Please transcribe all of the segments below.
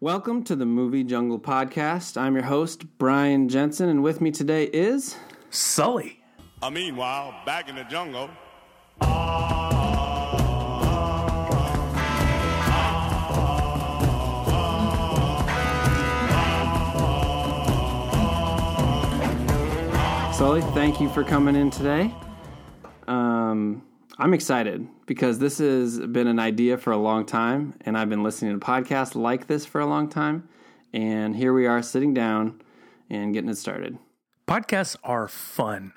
Welcome to the Movie Jungle Podcast. I'm your host, Brian Jensen, and with me today is. Sully. Uh, meanwhile, back in the jungle. Sully, thank you for coming in today. Um, I'm excited because this has been an idea for a long time, and I've been listening to podcasts like this for a long time. And here we are sitting down and getting it started. Podcasts are fun.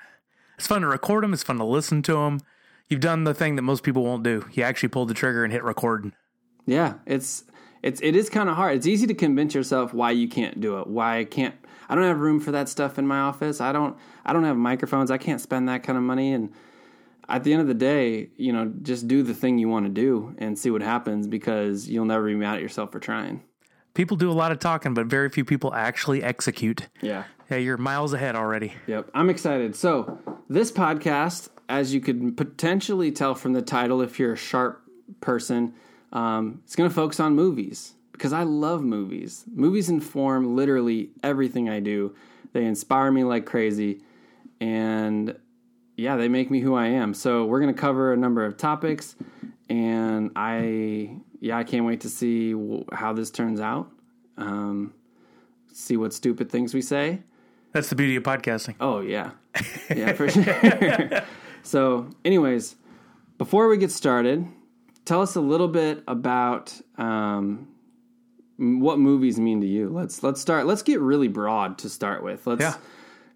It's fun to record them, it's fun to listen to them. You've done the thing that most people won't do. You actually pulled the trigger and hit record. Yeah, it's it's it is kind of hard. It's easy to convince yourself why you can't do it. Why I can't. I don't have room for that stuff in my office. I don't. I don't have microphones. I can't spend that kind of money. And at the end of the day, you know, just do the thing you want to do and see what happens because you'll never be mad at yourself for trying. People do a lot of talking, but very few people actually execute. Yeah. Yeah, you're miles ahead already. Yep, I'm excited. So, this podcast, as you could potentially tell from the title, if you're a sharp person, um, it's going to focus on movies because I love movies. Movies inform literally everything I do, they inspire me like crazy. And yeah, they make me who I am. So, we're going to cover a number of topics. And I, yeah, I can't wait to see w- how this turns out. Um, see what stupid things we say. That's the beauty of podcasting. Oh yeah, yeah for sure. so, anyways, before we get started, tell us a little bit about um, m- what movies mean to you. Let's let's start. Let's get really broad to start with. Let's Yeah.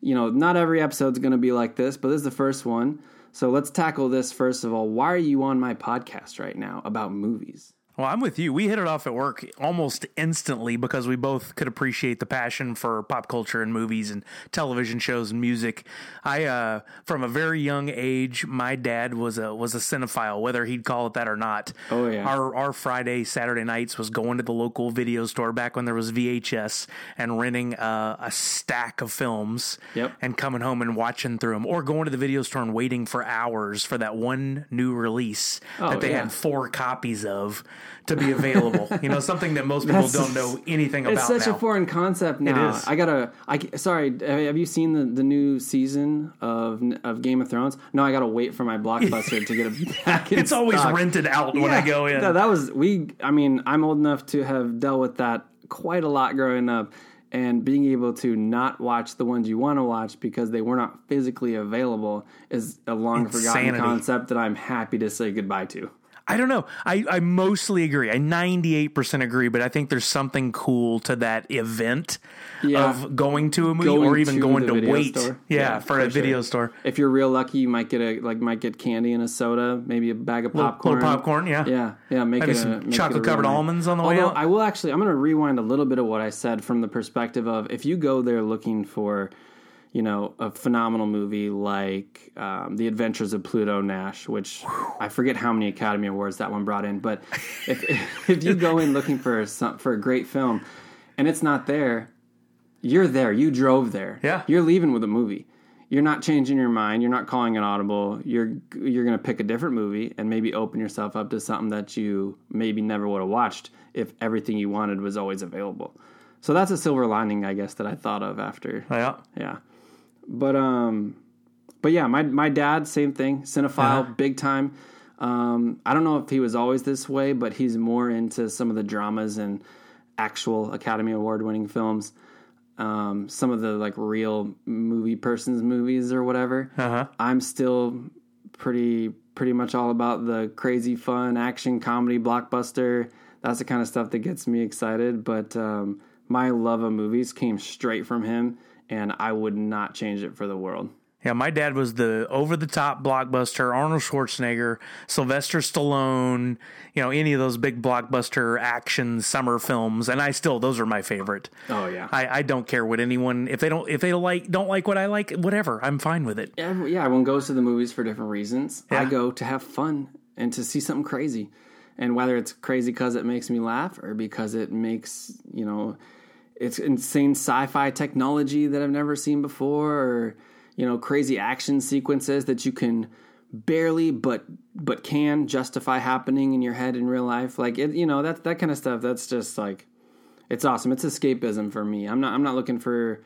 you know, not every episode's going to be like this, but this is the first one. So let's tackle this first of all. Why are you on my podcast right now about movies? Well, I'm with you. We hit it off at work almost instantly because we both could appreciate the passion for pop culture and movies and television shows and music. I, uh, from a very young age, my dad was a was a cinephile, whether he'd call it that or not. Oh, yeah. Our our Friday Saturday nights was going to the local video store back when there was VHS and renting uh, a stack of films. Yep. And coming home and watching through them, or going to the video store and waiting for hours for that one new release that they Oh, yeah. had four copies of to be available. you know, something that most people That's- don't know anything about. It's such now. a foreign concept now. is. I gotta. I ca- sorry. Have you seen the, the new season of of Game of Thrones? No, I gotta wait for my blockbuster to get it back. In It's always stock. rented out when I Yeah. go in. No, that was we. I mean, I'm old enough to have dealt with that quite a lot growing up, and being able to not watch the ones you want to watch because they were not physically available is a long forgotten Insanity. concept that I'm happy to say goodbye to. I don't know. I, I mostly agree. I 98% agree, but I think there's something cool to that event Yeah. of going to a movie Going or even to going the to video wait. store. Yeah, Yeah, for, for a video sure. store. If you're real lucky, you might get a like might get candy and a soda, maybe a bag of popcorn. Little popcorn, yeah. Yeah, yeah. Make Maybe it a- some make it a chocolate covered real night. almonds on the way Although out. I will actually, I'm going to rewind a little bit of what I said from the perspective of if you go there looking for, you know, a phenomenal movie like um, The Adventures of Pluto Nash, which I forget how many Academy Awards that one brought in, but if if you go in looking for some, for a great film, and it's not there, you're there. You drove there. Yeah. You're leaving with a movie. You're not changing your mind. You're not calling an audible. You're you're gonna pick a different movie and maybe open yourself up to something that you maybe never would have watched if everything you wanted was always available. So that's a silver lining, I guess, that I thought of after. Yeah. Yeah. But um but yeah, my my dad, same thing, cinephile, big time. Um I don't know if he was always this way, but he's more into some of the dramas and actual Academy Award winning films. Um some of the like real movie persons movies or whatever. Uh-huh. I'm still pretty pretty much all about the crazy fun action comedy blockbuster. That's the kind of stuff that gets me excited. But um, my love of movies came straight from him, and I would not change it for the world. Yeah, my dad was the over the top blockbuster Arnold Schwarzenegger, Sylvester Stallone, you know, any of those big blockbuster action summer films, and I still those are my favorite. Oh, yeah. I, I don't care what anyone if they don't if they like don't like what I like, whatever. I'm fine with it. Every, yeah, everyone goes to the movies for different reasons. I Yeah. go to have fun and to see something crazy, and whether it's crazy because it makes me laugh or because it makes you know, it's insane sci-fi technology that I've never seen before, or you know, crazy action sequences that you can barely but but can justify happening in your head in real life. Like it, you know, that that kind of stuff. That's just like it's awesome. It's escapism for me. I'm not I'm not looking for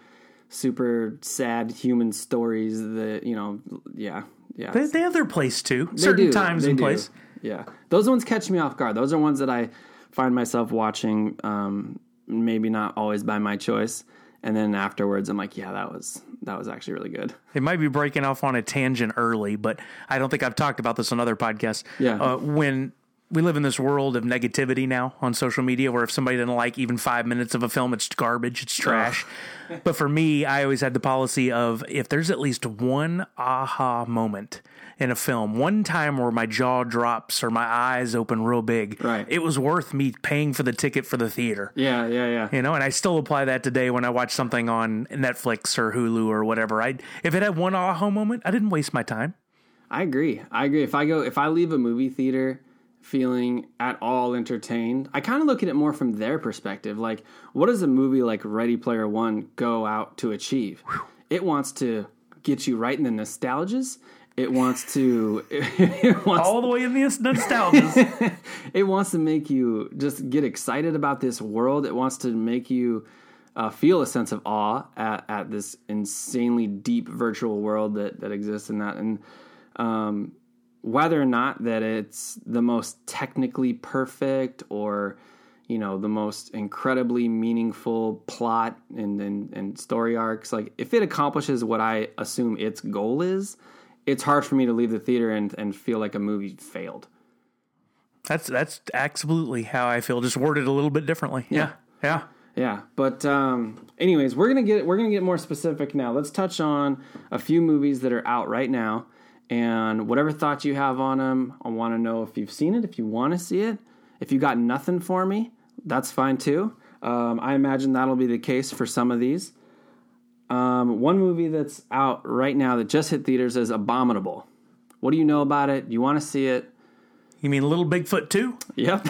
super sad human stories that you know. Yeah, yeah. They, they have their place too. Certain do. times They and do. place. Yeah, those ones catch me off guard. Those are ones that I find myself watching, um, maybe not always by my choice, and then afterwards I'm like, yeah, that was that was actually really good. It might be breaking off on a tangent early, but I don't think I've talked about this on other podcasts. Yeah. Uh, when we live in this world of negativity now on social media, where if somebody didn't like even five minutes of a film, it's garbage, it's trash. but for me, I always had the policy of if there's at least one aha moment in a film, one time where my jaw drops or my eyes open real big, Right. it was worth me paying for the ticket for the theater Yeah, yeah, yeah. you know and i still apply that today when i watch something on netflix or hulu or whatever i if it had one aha moment i didn't waste my time I agree. I agree. If I go, if I leave a movie theater feeling at all entertained, I kind of look at it more from their perspective. Like, what does a movie like Ready Player One go out to achieve? It wants to get you right in the nostalgias. It wants to. It wants all the way in the nostalgia it wants to make you just get excited about this world. It wants to make you uh, feel a sense of awe at, at this insanely deep virtual world that, that exists in that. And um, whether or not that it's the most technically perfect or you know the most incredibly meaningful plot and, and and story arcs like if it accomplishes what i assume its goal is it's hard for me to leave the theater and, and feel like a movie failed that's that's absolutely how i feel just worded a little bit differently yeah yeah, Yeah, but um, anyways, we're gonna get we're gonna get more specific now. Let's touch on a few movies that are out right now, and whatever thoughts you have on them, I want to know if you've seen it, if you want to see it, if you got nothing for me, that's fine too. Um, I imagine that'll be the case for some of these. Um, one movie that's out right now that just hit theaters is Abominable. What do you know about it? You want to see it? you mean little bigfoot too Yep.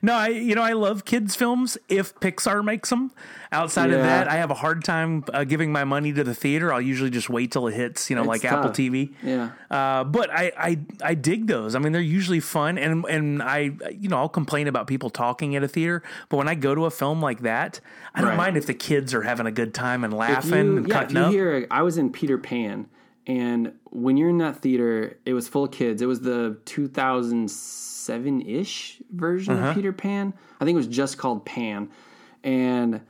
no i you know i love kids films if pixar makes them outside Yeah. of that i have a hard time uh, giving my money to the theater i'll usually just wait till it hits you know like apple tough. tv yeah. Uh, but I, I I dig those. I mean, they're usually fun, and and I you know I'll complain about people talking at a theater, but when I go to a film like that, I don't Right. mind if the kids are having a good time and If laughing you, and yeah, if cutting you up. hear, I was in Peter Pan, and when you're in that theater, it was full of kids. It was the 2007 ish version Uh-huh. of Peter Pan. I think it was just called Pan. And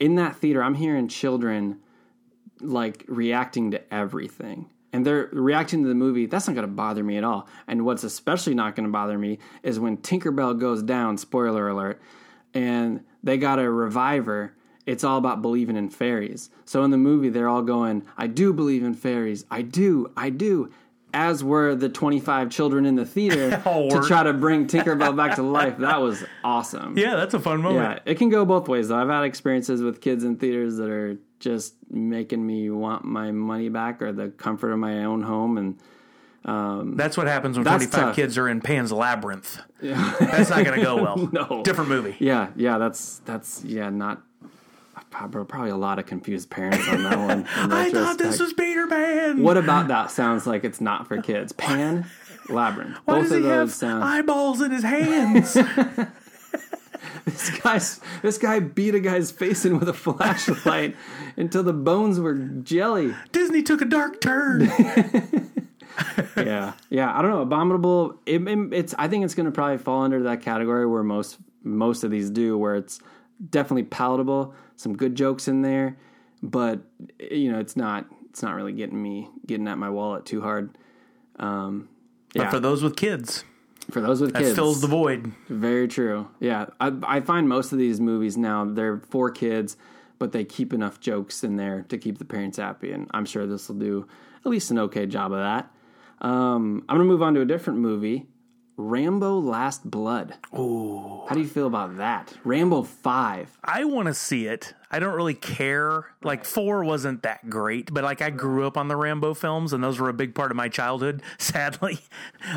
in that theater, I'm hearing children like reacting to everything. And they're reacting to the movie. That's not going to bother me at all. And what's especially not going to bother me is when Tinkerbell goes down, spoiler alert, and they got a reviver. It's all about believing in fairies. So in the movie, they're all going, I do believe in fairies. I do. I do. As were the 25 children in the theater All to work. try to bring Tinkerbell back to life. That was awesome. yeah, that's a fun moment. Yeah, it can go both ways. Though. I've had experiences with kids in theaters that are just making me want my money back or the comfort of my own home, and That's what happens when That's forty five tough. kids are in Pan's Labyrinth. that's not going to go well. No. different movie. yeah, yeah, that's that's yeah, not prob- probably a lot of confused parents on that one. in I thought retrospect. this was Peter Pan. what about that sounds like it's not for kids. Pan, labyrinth, Why both does of he have those sound. eyeballs in his hands? This guy's this guy beat a guy's face in with a flashlight until the bones were jelly. Disney took a dark turn. yeah, yeah. I don't know. Abominable. It, it- it's. I think it's going to probably fall under that category where most most of these do, where it's definitely palatable, some good jokes in there, but eh, you know, it's not. It's not really getting me getting at my wallet too hard. Um, yeah, But for for, those with kids, those with it kids, fills the void. very true. Yeah, I, I find most of these movies now they're for kids, but they keep enough jokes in there to keep the parents happy, and I'm sure this will do at least an okay job of that. Um, I'm gonna move on to a different movie, Rambo: Last Blood. Ooh, how do you feel about that? Rambo Five. I want to see it. I don't really care. Like four wasn't that great, but like I grew up on the Rambo films, and those were a big part of my childhood. Sadly,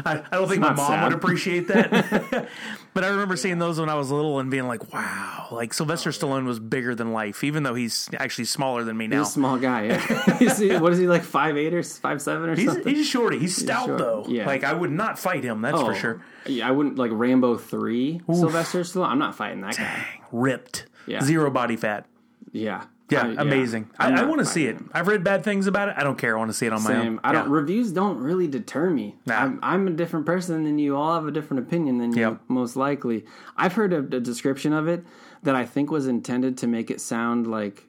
I, I don't think my not mom sad. would appreciate that. But I remember seeing those when I was little and being like, wow, like Oh, Sylvester Stallone was bigger than life, even though he's actually smaller than me now. He's a small guy. Yeah. Is he- what is he like? Five eight or five seven or He's, something? he's shorty. He's stout short. though. Yeah. Oh. Like I would not fight him. That's for sure. Yeah, I wouldn't like Rambo three Sylvester Stallone. I'm not fighting that guy. Ripped. Yeah. Zero body fat. Yeah. Yeah. I- amazing. I'm I, I not want to see fighting it. I've read bad things about it. I don't care. I want to see it on my Same. own. I don't. Yeah. Reviews don't really deter me. I'm, I'm a different person than you. All have a different opinion than you, Yep. most likely. I've heard a, a description of it that I think was intended to make it sound like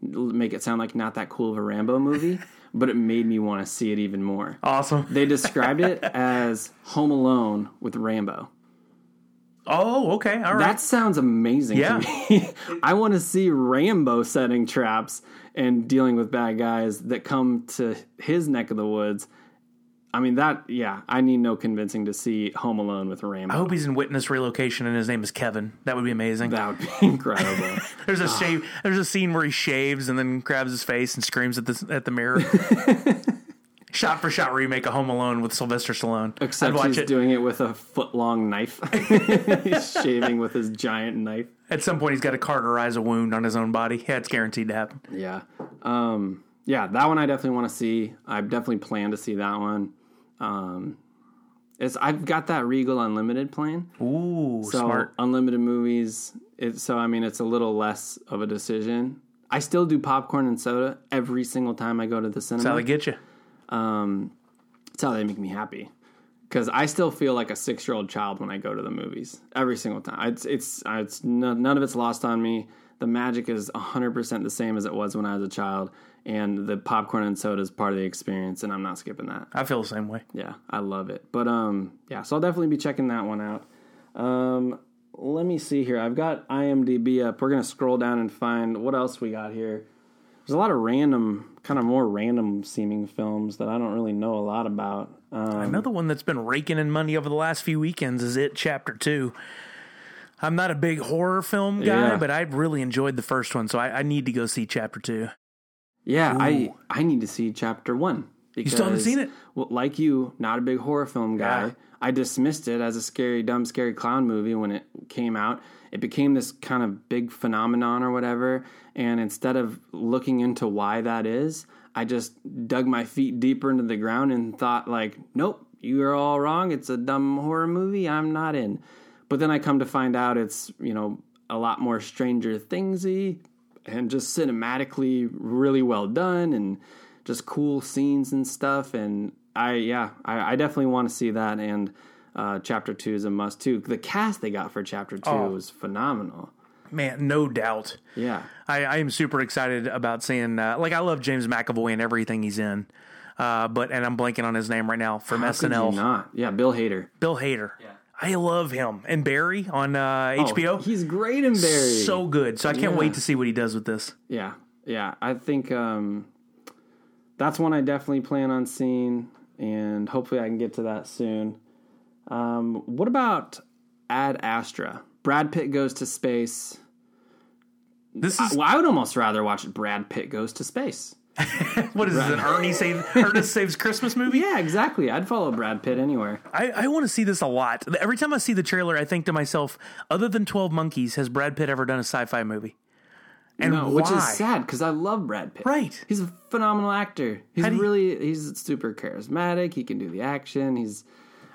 make it sound like not that cool of a Rambo movie, but it made me want to see it even more. Awesome. They described it as Home Alone with Rambo. Oh, okay. All right. That sounds amazing Yeah. to me. I want to see Rambo setting traps and dealing with bad guys that come to his neck of the woods. I mean, that, yeah, I need no convincing to see Home Alone with I Rambo. hope he's in witness relocation and his name is Kevin. That would be amazing. That Ah. would be incredible. There's a shave. There's a scene where he shaves and then grabs his face and screams at the at the mirror. shot for shot remake of Home Alone with Sylvester Stallone. Except I'd watch he's it. doing it with a foot long knife. he's shaving with his giant knife. at some point, he's got to cauterize a wound on his own body. Yeah, it's guaranteed to happen. Yeah. Um, yeah, that one I definitely want to see. I definitely plan to see that one. Um, it's I've got that Regal Unlimited plan. Ooh, So smart. unlimited movies. It, so I mean, it's a little less of a decision. I still do popcorn and soda every single time I go to the cinema. That's how they get you. That's how they make me happy. Because I still feel like a six year old child when I go to the movies every single time. It's it's it's none, none of it's lost on me. The magic is hundred percent the same as it was when I was a child, and the popcorn and soda is part of the experience, and I'm not skipping that. I feel the same way. Yeah, I love it. But um, yeah, so I'll definitely be checking that one out. Um, let me see here. I've got IMDb up. We're gonna scroll down and find what else we got here. There's a lot of random, kind of more random seeming films that I don't really know a lot about. Um, Another one that's been raking in money over the last few weekends is It Chapter Two. I'm not a big horror film guy, Yeah. but I really enjoyed the first one, so I, I need to go see Chapter Two. yeah, I I need to see chapter one. Because, still haven't seen it? Well, like you, not a big horror film guy. Yeah. I dismissed it as a scary, dumb, scary clown movie when it came out. It became this kind of big phenomenon or whatever. And instead of looking into why that is, I just dug my feet deeper into the ground and thought, like, nope, you're all wrong. It's a dumb horror movie. I'm not in. But then I come to find out it's, you know, a lot more Stranger Thingsy and just cinematically really well done and just cool scenes and stuff. And I, yeah, I, I definitely want to see that. And uh, chapter two is a must too. The cast they got for chapter two was phenomenal. Man, no doubt. Yeah, I, I am super excited about seeing. Uh, like, I love James McAvoy and everything he's in. Uh, but and I'm blanking on his name right now from How could you SNL. not. Yeah, Bill Hader. Bill Hader. I love him and Barry on uh, Oh, HBO. he's great in Barry. so good. So I can't Yeah. wait to see what he does with this. Yeah, yeah. I think um, that's one I definitely plan on seeing, and hopefully I can get to that soon. Um, what about Ad Astra? Brad Pitt goes to space. This is Well, I would almost rather watch Brad Pitt goes to space. what is this? An Ernie save Ernest saves Christmas movie? Yeah, exactly. I'd follow Brad Pitt anywhere. I, I want to see this a lot. Every time I see the trailer, I think to myself, other than Twelve Monkeys, has Brad Pitt ever done a sci-fi movie? And No, why? which is sad because I love Brad Pitt. Right. He's a phenomenal actor. He's do you- really he's super charismatic. He can do the action. He's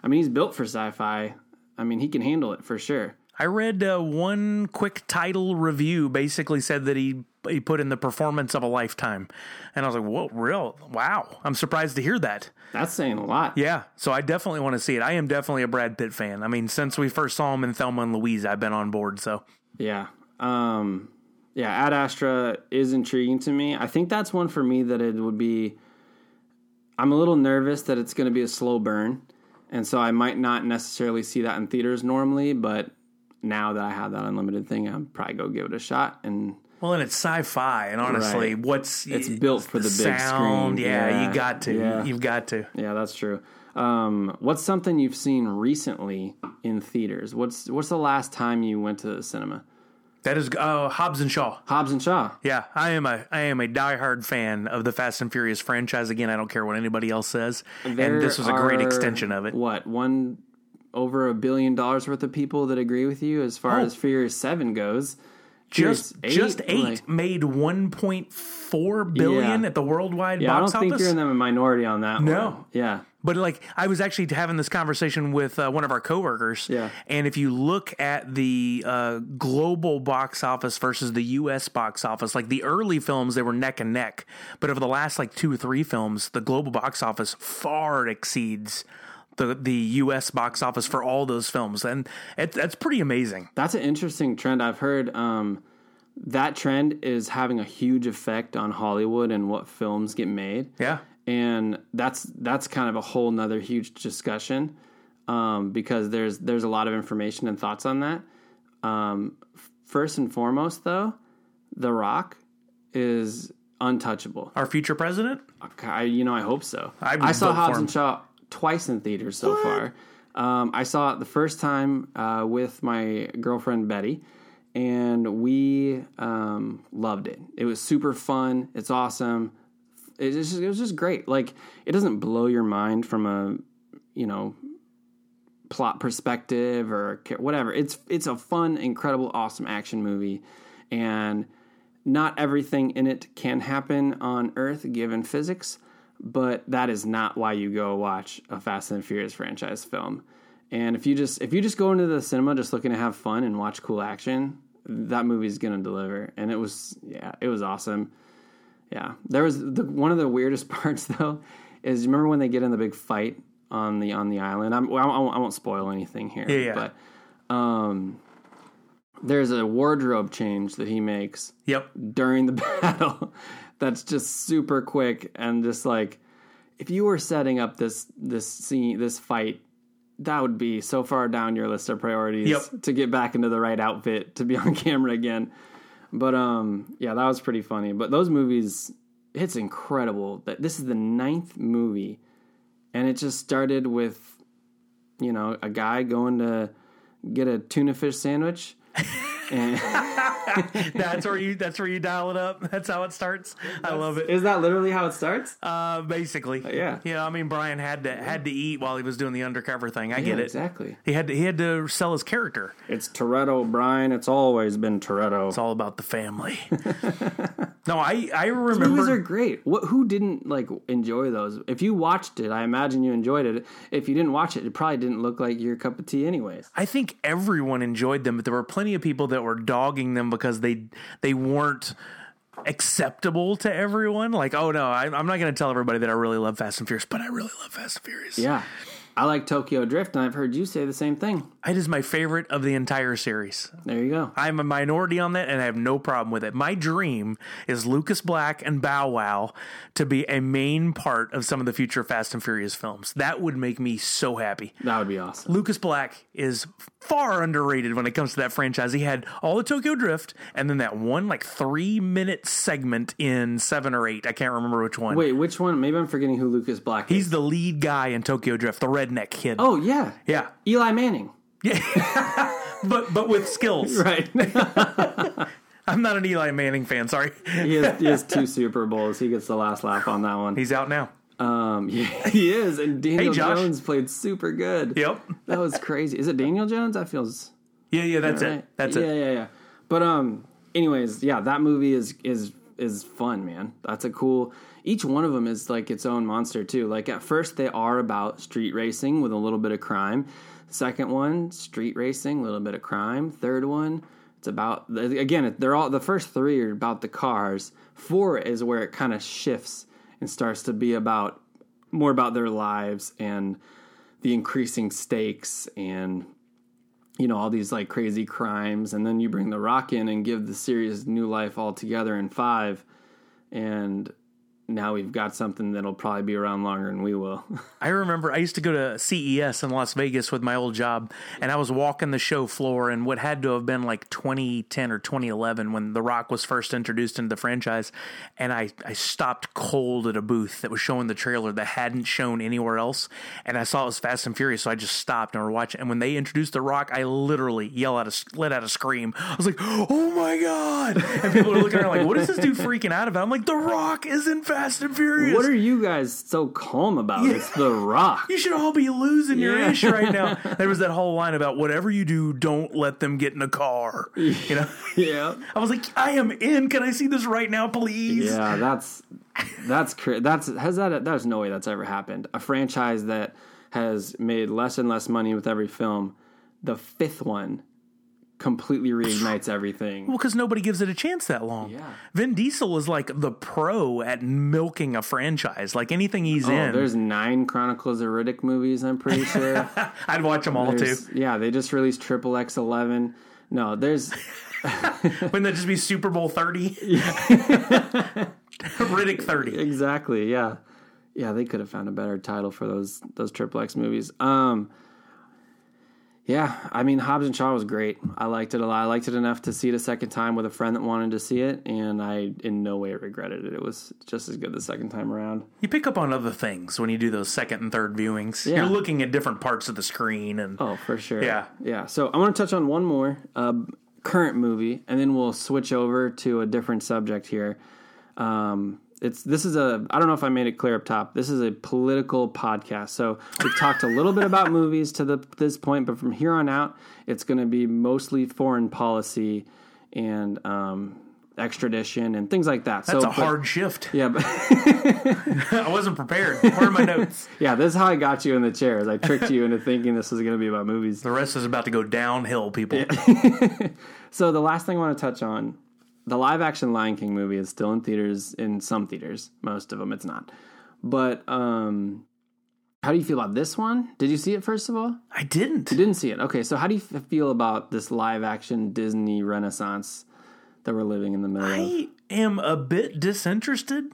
I mean, he's built for sci-fi. I mean, he can handle it for sure. I read uh, one quick title review basically said that he he put in the performance of a lifetime, and I was like, "Whoa, real? Wow!" I'm surprised to hear that. That's saying a lot. Yeah, so I definitely want to see it. I am definitely a Brad Pitt fan. I mean, since we first saw him in Thelma and Louise, I've been on board. So Yeah. Um yeah, Ad Astra is intriguing to me. I think that's one for me that it would be I'm a little nervous that it's going to be a slow burn. And so I might not necessarily see that in theaters normally, but now that I have that unlimited thing, I'll probably go give it a shot and Well, and it's sci-fi, and honestly, Right. what's It's built for the big sound, screen. Yeah, Yeah, you got to, yeah. you've got to. yeah, that's true. Um, what's something you've seen recently in theaters? What's what's the last time you went to the cinema? That is, oh, Hobbs and Shaw. Hobbs and Shaw. Yeah, I am a I am a diehard fan of the Fast and Furious franchise. Again, I don't care what anybody else says, There and this was a great are, extension of it. What one over a billion dollars worth of people that agree with you as far Oh. as Furious Seven goes. Just Furious just eight like- made one point four billion Yeah. at the worldwide yeah, I don't box think office. you're in the minority on that. No. one. yeah, But like, I was actually having this conversation with uh, one of our coworkers. Yeah. And if you look at the uh, global box office versus the U.S. box office, like the early films, they were neck and neck. But over the last like two or three films, the global box office far exceeds the the U.S. box office for all those films, and it, that's pretty amazing. that's an interesting trend. I've heard um, that trend is having a huge effect on Hollywood and what films get made. Yeah. and that's that's kind of a whole nother huge discussion um, because there's there's a lot of information and thoughts on that. Um, f- first and foremost, though, The Rock is untouchable. Our future president. I, you know, I hope so. I would I, saw vote for Hobbs him. and Shaw twice in theaters so far. Um, I saw it the first time uh, with my girlfriend Betty, and we um, loved it. It was super fun. It's awesome. It was, just, it was just great. Like it doesn't blow your mind from a you know plot perspective or ca- whatever. It's it's a fun, incredible, awesome action movie, and not everything in it can happen on Earth given physics, but that is not why you go watch a Fast and Furious franchise film. And if you just if you just go into the cinema just looking to have fun and watch cool action, that movie's gonna deliver. And it was yeah, it was awesome. Yeah, there was the, one of the weirdest parts though is you remember when they get in the big fight on the on the island. I'm, well, I won't- I won't spoil anything here, Yeah, yeah. but um, there's a wardrobe change that he makes Yep. during the battle that's just super quick and just like if you were setting up this this scene this fight that would be so far down your list of priorities Yep. to get back into the right outfit to be on camera again but um yeah that was pretty funny but those movies it's incredible that this is the ninth movie and it just started with you know a guy going to get a tuna fish sandwich and That's where you. That's where you dial it up. That's how it starts. I love it. is that literally how it starts Uh, basically. yeah. Yeah. I mean, Brian had to had to eat while he was doing the undercover thing. I get it. Exactly. He had to, he had to sell his character. It's Toretto O'Brien. It's always been Toretto. It's all about the family. no, I I Movies remember. are great. What? Who didn't like enjoy those? If you watched it, I imagine you enjoyed it. If you didn't watch it, it probably didn't look like your cup of tea, anyways. I think everyone enjoyed them, but there were plenty of people that were dogging them because they they weren't acceptable to everyone. Like, oh no, I, I'm not going to tell everybody that I really love Fast and Furious, but I really love Fast and Furious. Yeah, I like Tokyo Drift, and I've heard you say the same thing. it is my favorite of the entire series. There you go. I'm a minority on that and I have no problem with it. My dream is Lucas Black and Bow Wow to be a main part of some of the future Fast and Furious films. That would make me so happy. That would be awesome. Lucas Black is far underrated when it comes to that franchise. He had all the Tokyo Drift and then that one like 3 minute segment in 7 or 8. I can't remember which one. Wait, which one? Maybe I'm forgetting who Lucas Black is. He's the lead guy in Tokyo Drift, the redneck kid. oh yeah, yeah. Eli Manning. But but with skills. Right. I'm not an Eli Manning fan, sorry. he, has, he has two Super Bowls. He gets the last laugh on that one. He's out now. Um, yeah, he is. And Daniel Josh. Jones played super good. Yep. That was crazy. Is it Daniel Jones? That feels Yeah, yeah, that's right. it. That's yeah, it. Yeah, yeah, But um, anyways, yeah, that movie is is is fun, man. That's a cool. Each one of them is like its own monster too. Like at first they are about street racing with a little bit of crime. Second one, street racing, a little bit of crime. Third one, it's about again. They're all the first three are about the cars. Four is where it kind of shifts and starts to be about more about their lives and the increasing stakes and you know all these like crazy crimes and then you bring the rock in and give the series new life altogether in five and now we've got something that'll probably be around longer than we will I remember I used to go to CES in Las Vegas with my old job, and I was walking the show floor in what had to have been like 2010 or 2011 when The Rock was first introduced into the franchise. And I, I stopped cold at a booth that was showing the trailer that hadn't shown anywhere else. And I saw it was Fast and Furious, so I just stopped and we're watching. And when they introduced The Rock, I literally yell out a, let out a scream. I was like, oh my God. And people were looking around like, what is this dude freaking out about? I'm like, The Rock is in Fast Fast and Furious. What are you guys so calm about? It's The Rock. you should all be losing your Yeah. ish right now. There was that whole line about whatever you do, don't let them get in a car. You know, yeah. I was like, I am in. Can I see this right now, please? Yeah, that's that's cra- that's has that there's no way that's ever happened. A franchise that has made less and less money with every film, the fifth one completely reignites everything. Well, because nobody gives it a chance that long. Yeah. Vin Diesel is like the pro at milking a franchise. Like anything he's Oh, in, there's nine Chronicles of Riddick movies, I'm pretty sure. I'd watch them all too. There's- yeah, they just released Triple X Eleven. No, there's Wouldn't that just be Super Bowl 30? Riddick 30. exactly yeah yeah they could have found a better title for those those triple x movies um yeah i mean hobbs and shaw was great i liked it a lot i liked it enough to see it a second time with a friend that wanted to see it and i in no way regretted it it was just as good the second time around You pick up on other things when you do those second and third viewings. Yeah. You're looking at different parts of the screen and oh for sure Yeah. yeah so i want to touch on one more uh, current movie and then we'll switch over to a different subject here um it's this is a I don't know if I made it clear up top. This is a political podcast. So we've talked a little bit about movies to the, this point, but from here on out, it's going to be mostly foreign policy and um, extradition and things like that. it's so a but- hard shift. yeah, but, I wasn't prepared. Where are my notes? yeah. This is how I got you in the chair. Is I tricked you into thinking this was going to be about movies. The rest is about to go downhill, people. So the last thing I want to touch on, the live action Lion King movie is still in theaters in some theaters, most of them it's not. But um how do you feel about this one? Did you see it first of all? I didn't. Didn't see it. Okay, so how do you f- feel about this live action Disney renaissance that we're living in the middle of? I am a bit disinterested.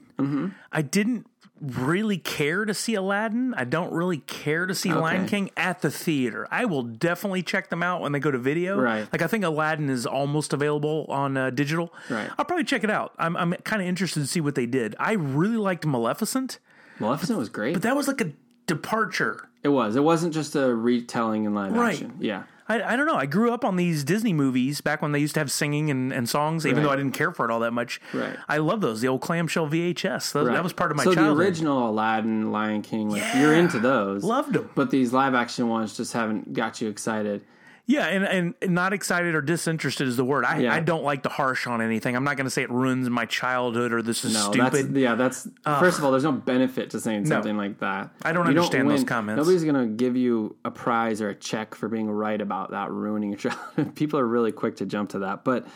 I didn't really care to see Aladdin. I don't really care to see Lion Okay. King at the theater. I will definitely check them out when they go to video. Right. Like I think Aladdin is almost available on uh, digital. Right. I'll probably check it out. I'm I'm kind of interested to see what they did. I really liked Maleficent, Maleficent was great. but that was like a departure. it was. It wasn't just a retelling in live Right. action. Yeah. I, I don't know. I grew up on these Disney movies back when they used to have singing and, and songs, even Right. though I didn't care for it all that much. Right. I love those. The old clamshell VHS. Those, That was part of my so childhood. the original Aladdin, Lion King, like you're into those. Loved 'em. But these live action ones just haven't got you excited. Yeah, and, and- and not excited or disinterested is the word. I, Yeah. I don't like the harsh on anything. I'm not going to say it ruins my childhood or this is No, stupid. That's, yeah, that's first of all, there's no benefit to saying something like that. I don't understand those comments. Nobody's gonna give you a prize or a check for being right about that ruining your childhood. People are really quick to jump to that, but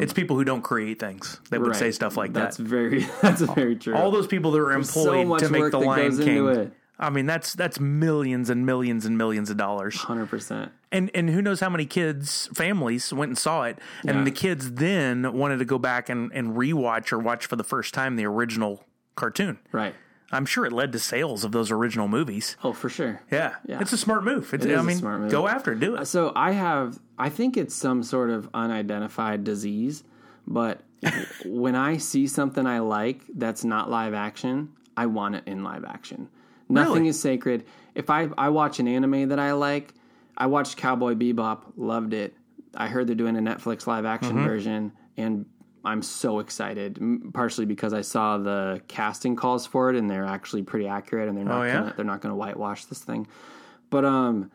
it's people who don't create things that would um, right, say stuff like that's that. very that's very true. All those people that are so employed much to make work the that Lion goes King. into it. I mean, that's that's millions and millions and millions of dollars. Hundred percent. and and who knows how many kids families went and saw it and Yeah. the kids then wanted to go back and and rewatch or watch for the first time the original cartoon Right. i'm sure it led to sales of those original movies Oh, for sure. yeah, it's a smart move it's, It is i a mean smart move. go after it do it So I have, I think it's some sort of unidentified disease, but when I see something I like that's not live action, I want it in live action. Nothing Really? is sacred. If I, I watch an anime that I like, I watched Cowboy Bebop, loved it. I heard they're doing a Netflix live action version, and I'm so excited, m- partially because I saw the casting calls for it, and they're actually pretty accurate, and they're not Oh, yeah? gonna, they're not going to whitewash this thing. But um,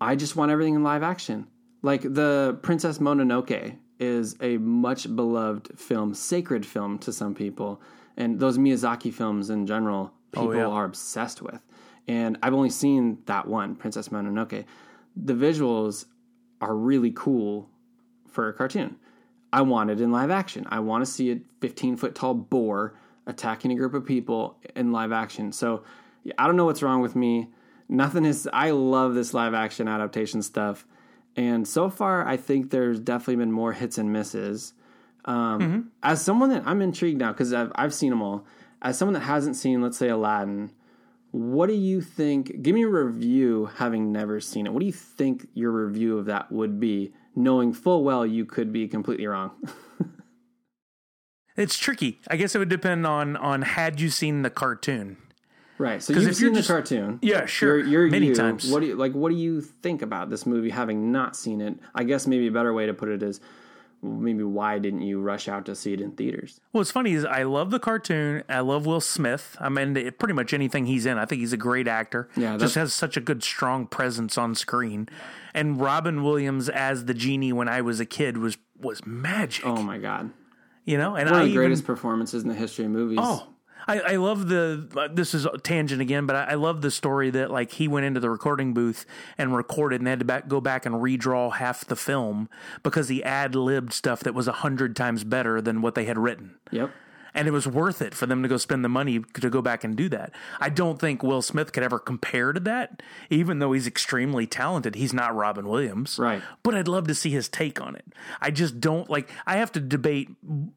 I just want everything in live action. Like the Princess Mononoke is a much beloved film, sacred film to some people, and those Miyazaki films in general, people Oh, yeah. are obsessed with. And I've only seen that one, Princess Mononoke. The visuals are really cool for a cartoon. I want it in live action. I want to see a 15 foot tall boar attacking a group of people in live action. So yeah, I don't know what's wrong with me. Nothing is, I love this live action adaptation stuff. And so far, I think there's definitely been more hits and misses. Um, As someone that I'm intrigued now, because I've, I've seen them all, as someone that hasn't seen, let's say, Aladdin, what do you think? Give me a review having never seen it. What do you think your review of that would be, knowing full well you could be completely wrong? it's tricky i guess it would depend on on had you seen the cartoon right. So 'Cause you've if you're seen just- the cartoon. yeah sure You're, you're many you. times What do you like? What do you think about this movie having not seen it? I guess maybe a better way to put it is, maybe why didn't you rush out to see it in theaters? What's funny is I love the cartoon. I love Will Smith. I'm into pretty much anything he's in. I think he's a great actor. Yeah, that's- just has such a good strong presence on screen. And Robin Williams as the genie when I was a kid was was magic. Oh my god, you know, and one I of the even greatest performances in the history of movies. Oh, I, I love the. uh, This is a tangent again, but I, I love the story that like he went into the recording booth and recorded, and they had to back, go back and redraw half the film because he ad libbed stuff that was a hundred times better than what they had written. yep. And it was worth it for them to go spend the money to go back and do that. I don't think Will Smith could ever compare to that, even though he's extremely talented. He's not Robin Williams. Right. But I'd love to see his take on it. I just don't like, I have to debate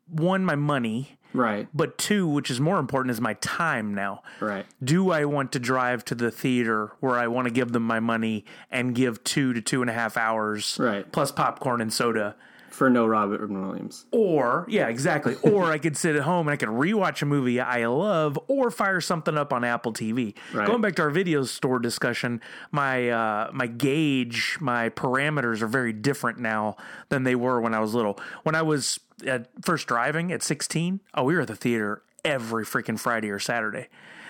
one, my money, Right. but two, which is more important, is my time now. Right. Do I want to drive to the theater where I want to give them my money and give two to two and a half hours Right. plus popcorn and soda? For no Robert Williams. Or, yeah, exactly. Or I could sit at home and I could rewatch a movie I love or fire something up on Apple TV. Right. Going back to our video store discussion, my uh, my gauge, my parameters are very different now than they were when I was little. When I was at first driving at 16, oh, we were at the theater every freaking Friday or Saturday.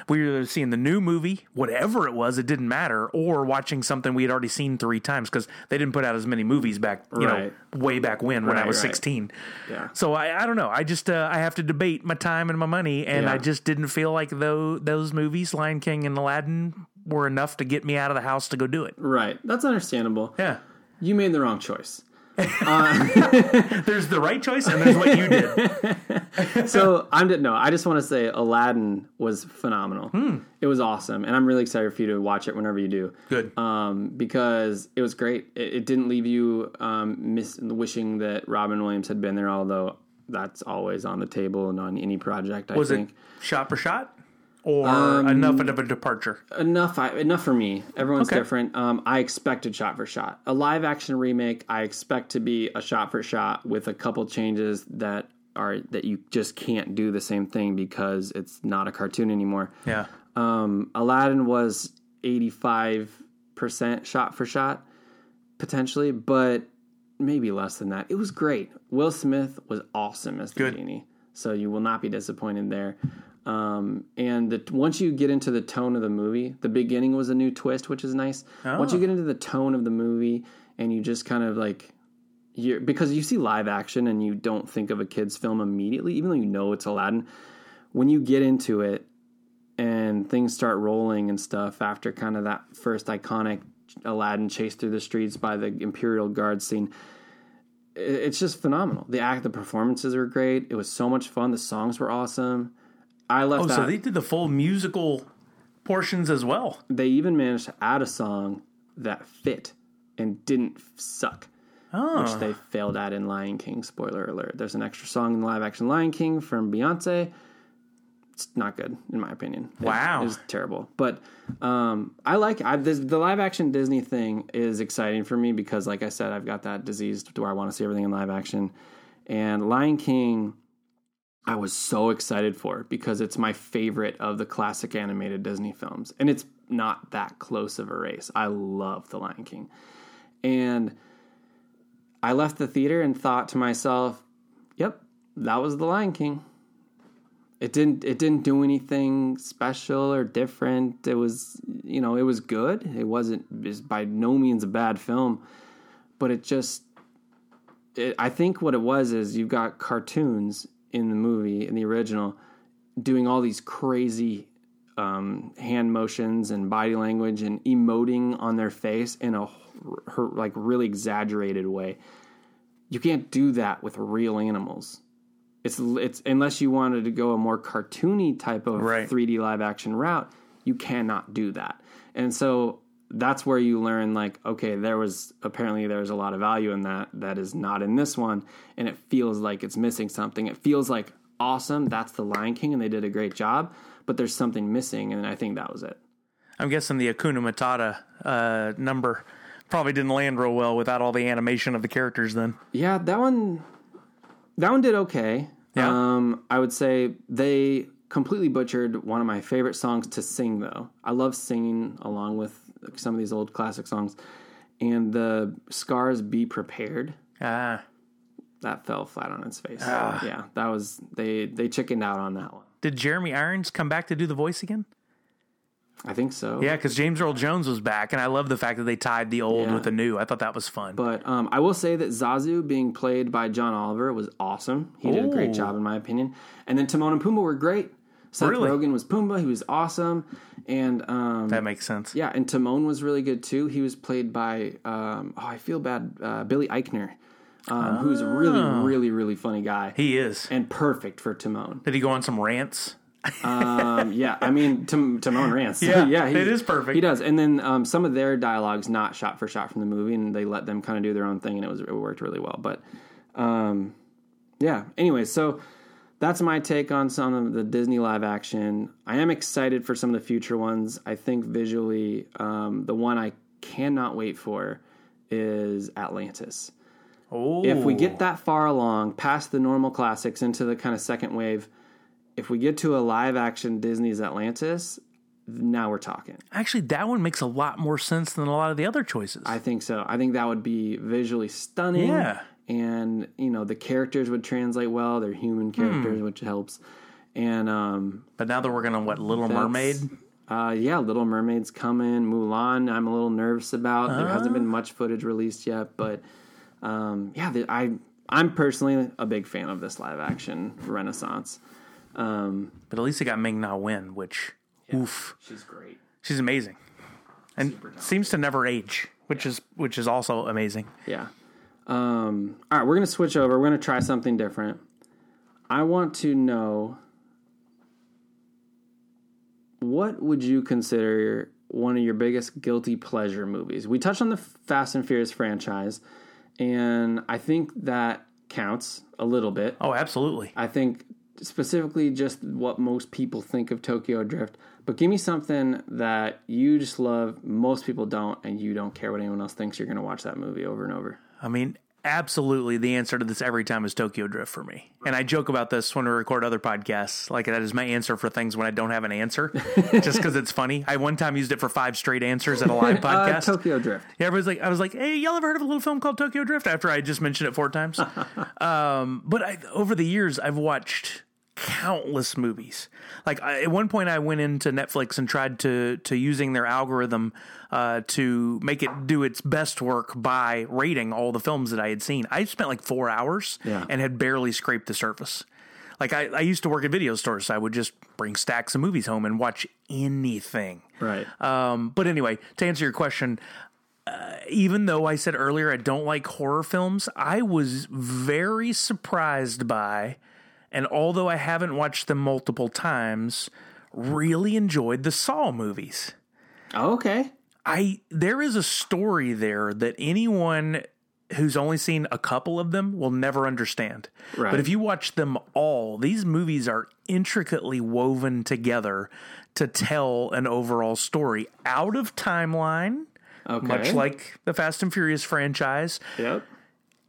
We were either seeing the new movie, whatever it was, it didn't matter, or watching something we had already seen three times because they didn't put out as many movies back, you Right. know, way back when when I Right, was right. 16. Yeah. So I, I don't know. I just uh, I have to debate my time and my money, and Yeah. I just didn't feel like though those movies, Lion King and Aladdin, were enough to get me out of the house to go do it. Right. That's understandable. Yeah. You made the wrong choice. There's the right choice and there's what you did. So I'm just, no. I just want to say Aladdin was phenomenal. Hmm. It was awesome, and I'm really excited for you to watch it whenever you do. Good. um, because it was great. It, it didn't leave you um, miss, wishing that Robin Williams had been there, although that's always on the table and on any project. I Was it Um, think shot for shot or enough of a departure? enough. I, enough for me. Everyone's Okay. different. Um, I expected shot for shot. A live action remake, I expect to be a shot for shot with a couple changes that are that you just can't do the same thing because it's not a cartoon anymore. Yeah. Um, Aladdin was 85% shot for shot, potentially, but maybe less than that. It was great. Will Smith was awesome as the genie, so you will not be disappointed there. Um, and the, once you get into the tone of the movie, the beginning was a new twist, which is nice. Once you get into the tone of the movie, and you just kind of like you're because you see live action and you don't think of a kids film immediately, even though you know it's Aladdin. When you get into it and things start rolling and stuff after kind of that first iconic Aladdin chase through the streets by the Imperial Guard scene, i- it's just phenomenal. The act, the performances were great. It was so much fun. The songs were awesome. I left Oh, out. so they did the full musical portions as well. they even managed to add a song that fit and didn't f- suck. Which they failed at in Lion King. Spoiler alert. There's an extra song in live action Lion King from Beyonce. It's not good, in my opinion. It- Wow. It was terrible. But um, I like I, this, the live action Disney thing is exciting for me because, like I said, I've got that disease to where I want to see everything in live action. And Lion King, I was so excited for because it's my favorite of the classic animated Disney films. And it's not that close of a race. I love The Lion King. And I left the theater and thought to myself, yep, that was The Lion King. It didn't it didn't do anything special or different. It was, you know, it was good. It wasn't it was by no means a bad film, but it just it, I think what it was is you've got cartoons in the movie in the original doing all these crazy um, hand motions and body language and emoting on their face in a hor- hor- like really exaggerated way. You can't do that with real animals. It's it's unless you wanted to go a more cartoony type of Right. 3D live action route, you cannot do that. And so that's where you learn like okay, there was apparently there's a lot of value in that that is not in this one and it feels like it's missing something. It feels like awesome, that's the Lion King and they did a great job, but there's something missing and I think that was it. I'm guessing the Akuna Matata uh, number probably didn't land real well without all the animation of the characters then. Yeah, that one that one did okay. Yeah. Um I would say they completely butchered one of my favorite songs to sing though. I love singing along with some of these old classic songs. And the Scars Be Prepared Ah. that fell flat on its face. Yeah, that was they they chickened out on that one. Did Jeremy Irons come back to do the voice again? I think so. Yeah, because James Earl Jones was back, and I love the fact that they tied the old Yeah. with the new. I thought that was fun. But um, I will say that Zazu being played by John Oliver was awesome. He did a great Ooh. job, in my opinion. And then Timon and Pumbaa were great. Seth Really? Rogen was Pumbaa. He was awesome. And um, that makes sense. yeah, and Timon was really good too. He was played by, um, oh, I feel bad, uh, Billy Eichner, um, who's a really, really, really funny guy Oh. He is. and perfect for Timon. Did he go on some rants? Um, yeah, I mean, Tim, Timon Rance. So, Yeah, yeah, he- it is perfect. He does. And then um, some of their dialogues not shot for shot from the movie, and they let them kind of do their own thing, and it was it worked really well. But um, yeah, anyway, so that's my take on some of the Disney live action. I am excited for some of the future ones. I think visually, um, the one I cannot wait for is Atlantis Oh, if we get that far along past the normal classics into the kind of second wave if we get to a live action disney's atlantis now we're talking actually, that one makes a lot more sense than a lot of the other choices. i think so i think that would be visually stunning Yeah. and you know the characters would translate well they're Hmm. human characters which helps and um but now that we're gonna what Little that's- Mermaid? uh, yeah, Little Mermaid's coming. Mulan, I'm a little nervous about. There hasn't Ah. been much footage released yet, but um, yeah, the, I I'm personally a big fan of this live action renaissance. But at least it got Ming Na Wen, which oof, She's great. she's amazing, and seems to never age, which is which is also amazing. Yeah. Um, all right, we're gonna switch over. We're gonna try something different. I want to know what would you consider one of your biggest guilty pleasure movies? We touched on the Fast and Furious franchise, and I think that counts a little bit. Oh, absolutely. I think specifically just what most people think of Tokyo Drift. But give me something that you just love, most people don't, and you don't care what anyone else thinks. You're going to watch that movie over and over. I mean, absolutely. The answer to this every time is Tokyo Drift for me. And I joke about this when we record other podcasts. Like, that is my answer for things when I don't have an answer, just because it's funny. I one time used it for five straight answers at a live Uh, podcast. Tokyo Drift. Yeah, everybody's like, I was like, hey, y'all ever heard of a little film called Tokyo Drift? After I just mentioned it four times. um, but I, over the years, I've watched countless movies. Like I, at one point, I went into Netflix and tried to to using their algorithm uh, to make it do its best work by rating all the films that I had seen. I spent like four hours Yeah. and had barely scraped the surface. Like I, I used to work at video stores, so I would just bring stacks of movies home and watch anything. Right. Um, but anyway, to answer your question, uh, even though I said earlier I don't like horror films, I was very surprised by, and although I haven't watched them multiple times, really enjoyed the Saw movies. okay. I there is a story there that anyone who's only seen a couple of them will never understand. Right. But if you watch them all, these movies are intricately woven together to tell an overall story out of timeline, Okay. much like the Fast and Furious franchise, Yep.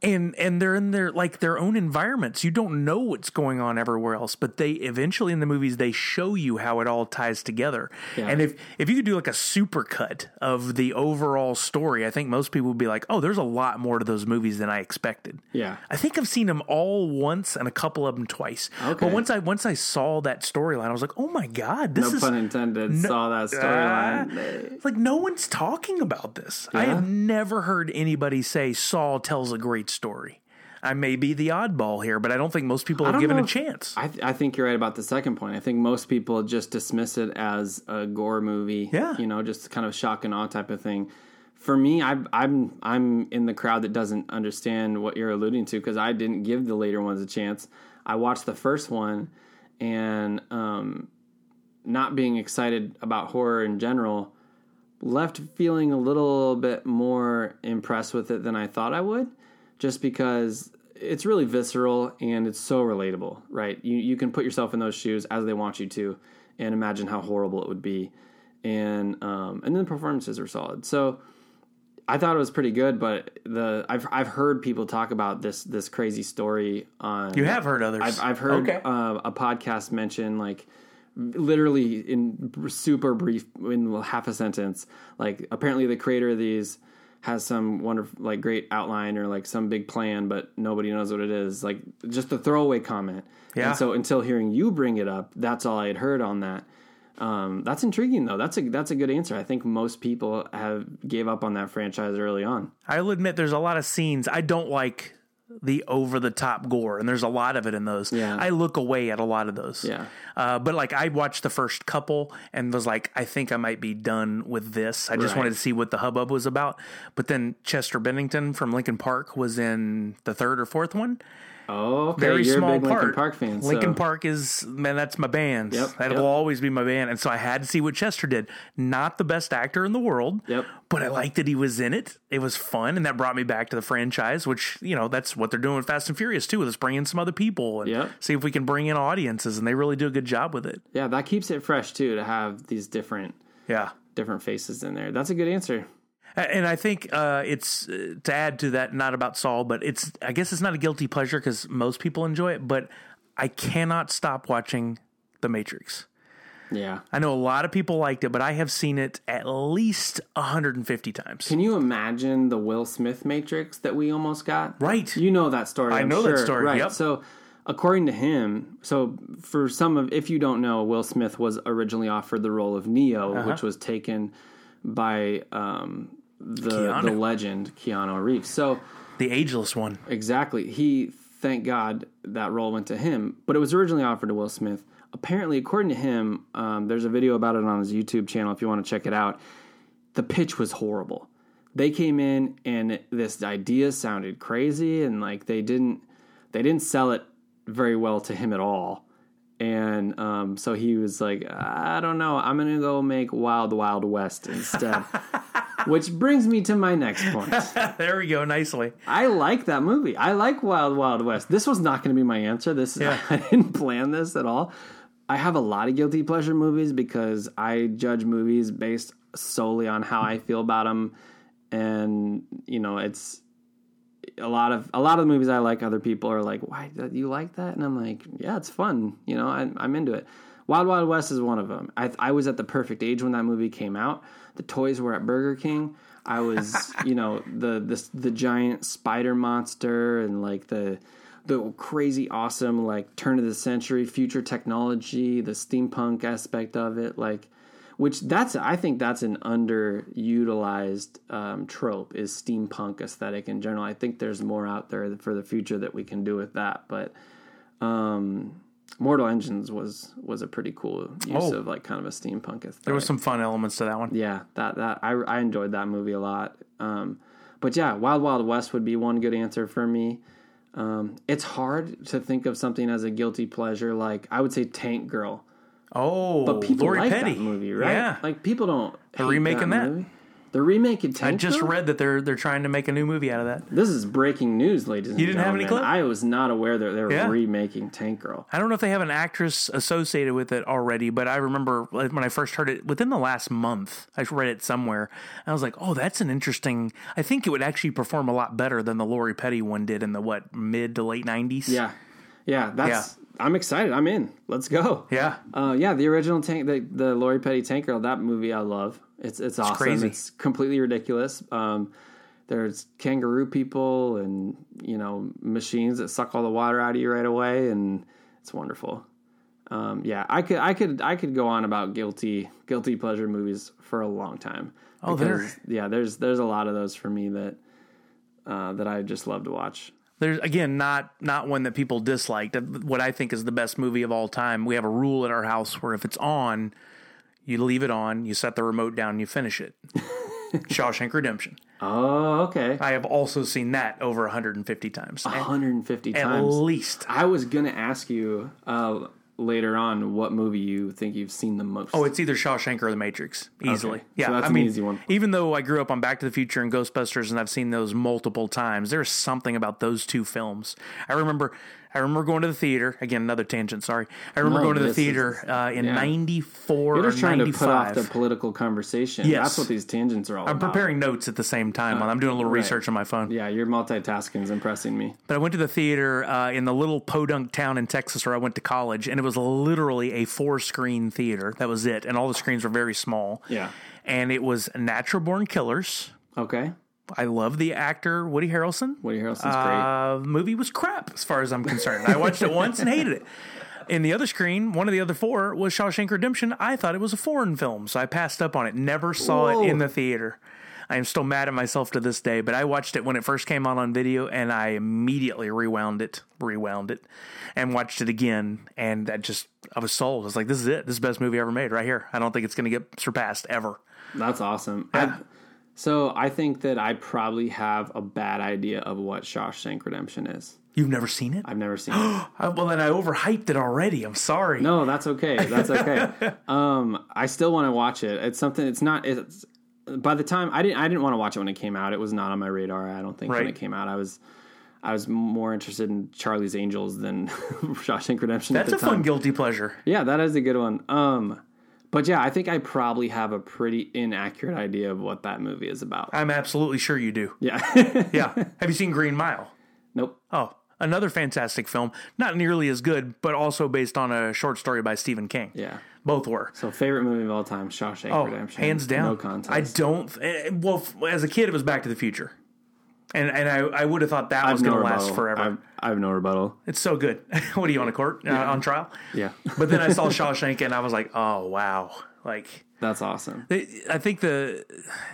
and and they're in their like their own environments. You don't know what's going on everywhere else, but they eventually in the movies they show you how it all ties together. And if if you could do like a supercut of the overall story, I think most people would be like, "Oh, there's a lot more to those movies than I expected." Yeah. I think I've seen them all once and a couple of them twice. Okay. But once I once I saw that storyline, I was like, "Oh my god, this No is pun intended. saw that storyline. it's like no one's talking about this. I have never heard anybody say Saul tells a great story. I may be the oddball here, but I don't think most people have don't given know a if- chance. I, th- I think you're right about the second point. I think most people just dismiss it as a gore movie. Yeah. You know, just kind of shock and awe type of thing. For me, I, I'm I'm in the crowd that doesn't understand what you're alluding to because I didn't give the later ones a chance. I watched the first one, and um, not being excited about horror in general left feeling a little bit more impressed with it than I thought I would, just because it's really visceral and it's so relatable, right? You you can put yourself in those shoes as they want you to, and imagine how horrible it would be, and um, and then the performances are solid. So I thought it was pretty good, but the I've I've heard people talk about this this crazy story on you have heard others. I've, I've heard Okay. uh, a podcast mention like literally in super brief in half a sentence like apparently the creator of these has some wonderful, like great outline or like some big plan, but nobody knows what it is. Like just the throwaway comment. Yeah. And so until hearing you bring it up, that's all I had heard on that. Um, that's intriguing though. That's a that's a good answer. I think most people have gave up on that franchise early on. I'll admit there's a lot of scenes I don't like the over the top gore, and there's a lot of it in those. Yeah. I look away at a lot of those. Yeah. Uh, but like I watched the first couple and was like, I think I might be done with this. I just Right. wanted to see what the hubbub was about. But then Chester Bennington from Lincoln Park was in the third or fourth one. Oh, okay. Very You're small a big part. Lincoln Park fan. so- Lincoln Park is man, that's my band. Yep, that yep. will always be my band. And so I had to see what Chester did. Not the best actor in the world. Yep. But I liked that he was in it. It was fun, and that brought me back to the franchise, which you know that's what they're doing with Fast and Furious too. Is bring in some other people and Yep. see if we can bring in audiences, and they really do a good job with it. Yeah, that keeps it fresh too to have these different Yeah. different faces in there. That's a good answer. A- And I think uh, it's uh, to add to that, not about Saul, but it's I guess it's not a guilty pleasure because most people enjoy it. But I cannot stop watching The Matrix. Yeah. I know a lot of people liked it, but I have seen it at least 150 times. Can you imagine the Will Smith Matrix that we almost got? Right. You know that story. I I'm know that sure. story, Right. yep. So, according to him, so for some of, if you don't know, Will Smith was originally offered the role of Neo, Uh-huh. which was taken by um, the the Keanu. legend Keanu Reeves. So the ageless one. exactly, he thank God that role went to him, but it was originally offered to Will Smith. Apparently, according to him, um, there's a video about it on his YouTube channel. If you want to check it out, the pitch was horrible. They came in and this idea sounded crazy and like they didn't they didn't sell it very well to him at all. And um, so he was like, I don't know, I'm gonna go make Wild Wild West instead. Which brings me to my next point. there we go, nicely. I like that movie. I like Wild Wild West. This was not going to be my answer. This I didn't plan this at all. I have a lot of guilty pleasure movies because I judge movies based solely on how I feel about them, and you know it's a lot of a lot of the movies I like. Other people are like, "Why do you like that?" And I'm like, "Yeah, it's fun. You know, I, I'm into it." Wild Wild West is one of them. I, I was at the perfect age when that movie came out. The toys were at Burger King. I was, you know, the the the giant spider monster and like the the crazy awesome like turn of the century future technology, the steampunk aspect of it, like which that's I think that's an underutilized um, trope is steampunk aesthetic in general. I think there's more out there for the future that we can do with that, but um, Mortal Engines was was a pretty cool use Oh. of like kind of a steampunk aesthetic. There was some fun elements to that one. yeah, that that I I enjoyed that movie a lot. Um, but yeah, Wild Wild West would be one good answer for me. Um, it's hard to think of something as a guilty pleasure. Like I would say Tank Girl Oh, but people Lori like Petty that movie, right? Yeah, Like people don't. They're remaking that. Movie. They're remaking I Tank. just Girl? read that they're they're trying to make a new movie out of that. This is breaking news, ladies. and You didn't have any gentlemen. clue? I was not aware that they were Yeah. remaking Tank Girl. I don't know if they have an actress associated with it already, but I remember like, when I first heard it within the last month. I read it somewhere. And I was like, "Oh, that's an interesting." I think it would actually perform a lot better than the Lori Petty one did in the what mid to late nineties. Yeah, yeah. That's. I'm excited. I'm in. Let's go. yeah. Uh, yeah, the original tank, the, the Lori Petty Tank Girl, that movie I love. It's it's awesome. It's, crazy. completely ridiculous. Um, there's kangaroo people and you know machines that suck all the water out of you right away, and it's wonderful. Um, yeah, I could I could I could go on about guilty guilty pleasure movies for a long time. Oh, there- Because, yeah. There's there's a lot of those for me that uh, that I just love to watch. there's again not not one that people disliked. What I think is the best movie of all time. We have a rule at our house where if it's on, you leave it on, you set the remote down, you finish it. Shawshank Redemption. Oh, okay. I have also seen that over 150 times. At- 150 At times. least. I was gonna ask you uh, later on what movie you think you've seen the most. Oh, it's either Shawshank or The Matrix, easily. So Yeah, that's I an mean, easy one. even though I grew up on Back to the Future and Ghostbusters, and I've seen those multiple times, there's something about those two films. I remember, I remember going to the theater again. Another tangent, sorry. I remember No, going to the this theater is- uh, in yeah. '94 you're or just trying to put off '95. the political conversation. Yes. that's what these tangents are all I'm about. preparing notes at the same time while I'm doing a little research on my phone. Yeah, your multitasking is impressing me. But I went to the theater uh, in the little podunk town in Texas where I went to college, and it was literally a four screen theater. That was it. And all the screens were very small. Yeah. And it was Natural Born Killers, Okay. I love the actor Woody Harrelson. Woody Harrelson's Uh, movie was crap as far as I'm concerned. I watched it once and hated it. In the other screen, one of the other four was Shawshank Redemption. I thought it was a foreign film, so I passed up on it. Never saw Whoa. it in the theater. I am still mad at myself to this day, but I watched it when it first came out on video and I immediately rewound it, rewound it, and watched it again. And I just, I was sold. I was like, this is it. This is the best movie ever made right here. I don't think it's going to get surpassed ever. great. That's awesome. I, so I think that I probably have a bad idea of what Shawshank Redemption is. You've never seen it? I've never seen it. I, well, then I overhyped it already. I'm sorry. No, that's okay. That's okay. um, I still want to watch it. It's something. It's not. It's by the time I didn't. I didn't want to watch it when it came out. It was not on my radar. I don't think when Right. it came out. I was. I was more interested in Charlie's Angels than Shawshank Redemption. That's at a the fun time. guilty pleasure. Yeah, that is a good one. Um, but yeah, I think I probably have a pretty inaccurate idea of what that movie is about. I'm absolutely sure you do. yeah. Yeah. Have you seen Green Mile? nope. Oh, another fantastic film. Not nearly as good, but also based on a short story by Stephen King. Yeah. Both were. So favorite movie of all time, Shawshank Redemption. Oh, Hands down. No contest. I don't. eh, Well, f- as a kid, it was Back to the Future. And, and I, I would have thought that was have going to no last rebuttal. forever. I have, I have no rebuttal. It's so good. what are you on a court? Uh, on trial? Yeah. But then I saw Shawshank and I was like, oh, wow. Like, That's awesome. I think the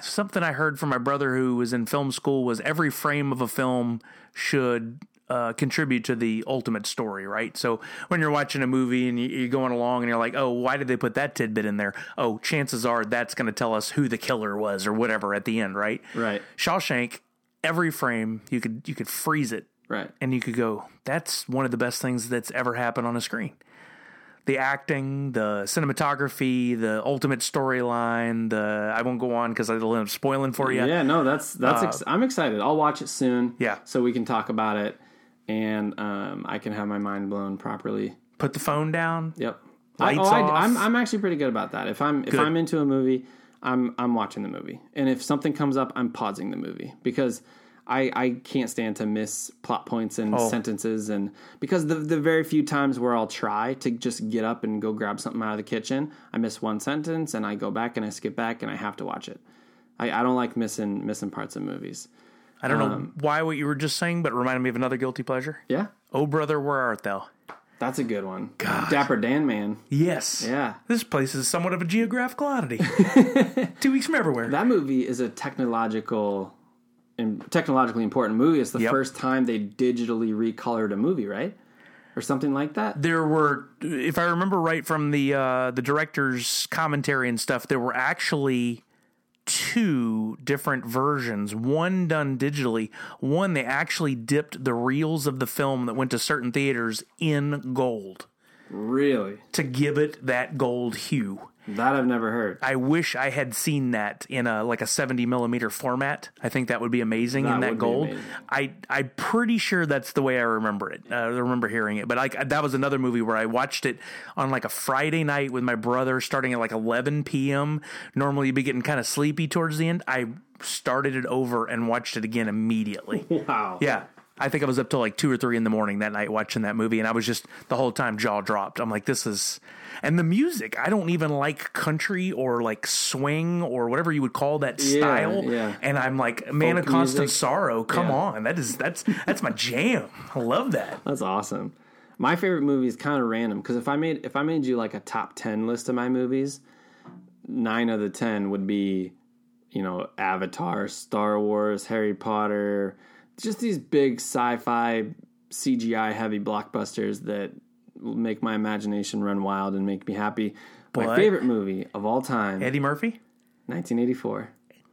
something I heard from my brother who was in film school was every frame of a film should uh, contribute to the ultimate story, right? So when you're watching a movie and you- you're going along and you're like, oh, why did they put that tidbit in there? Oh, chances are that's going to tell us who the killer was or whatever at the end, right? Right. Shawshank, every frame you could you could freeze it Right. and you could go, that's one of the best things that's ever happened on a screen. The acting, the cinematography, the ultimate storyline, the I won't go on because I'll end up spoiling for you. Yeah, no, that's that's. ex- I'm excited. I'll watch it soon. Yeah. so we can talk about it, and um, I can have my mind blown properly. Put the phone down. Yep. Lights I, oh, off. I, am I'm actually pretty good about that. If I'm if I'm into a movie, I'm I'm watching the movie, and if something comes up, I'm pausing the movie because. I, I can't stand to miss plot points and Oh. sentences and because the the very few times where I'll try to just get up and go grab something out of the kitchen, I miss one sentence and I go back and I skip back and I have to watch it. I, I don't like missing missing parts of movies. I don't know why what you were just saying, but it reminded me of another guilty pleasure. Yeah, Oh brother, where art thou? that's a good one. Dapper Dan Man. Yes. Yeah. This place is somewhat of a geographical oddity. Two weeks from everywhere. That movie is a technological and technologically important movie. It's the Yep. first time they digitally recolored a movie, right? Or something like that. there were if i remember right from the uh the director's commentary and stuff there were actually two different versions one done digitally one they actually dipped the reels of the film that went to certain theaters in gold Really? to give it that gold hue That I've never heard. i wish i had seen that in a like a 70 millimeter format i think that would be amazing That in that would be gold amazing. i i'm pretty sure that's the way i remember it uh, i remember hearing it but like that was another movie where i watched it on like a friday night with my brother starting at like 11 p.m normally you'd be getting kind of sleepy towards the end i started it over and watched it again immediately Wow. yeah i think i was up till like two or three in the morning that night watching that movie and i was just the whole time jaw dropped i'm like this is and the music i don't even like country or like swing or whatever you would call that style yeah. and i'm like man of Folk constant music. sorrow come Yeah. on that is that's that's my jam i love that That's awesome. My favorite movie is kind of random because if I made if I made you like a top ten list of my movies, nine of the ten would be, you know, Avatar, Star Wars, Harry Potter, just these big sci-fi CGI heavy blockbusters that make my imagination run wild and make me happy. But- my favorite movie of all time, eddie murphy 1984,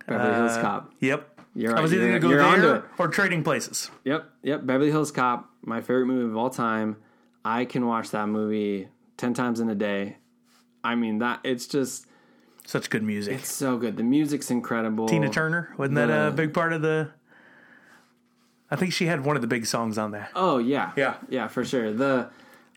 Beverly Hills Cop. yep You're i right, was either you're- gonna go you're onto it. there or trading places Yep, yep. Beverly Hills Cop, my favorite movie of all time. I can watch that movie ten times in a day. I mean that it's just such good music so good. The music's incredible. tina turner wasn't that a big part of the i think she had one of the big songs on that Oh yeah, Yeah. yeah, for sure. The,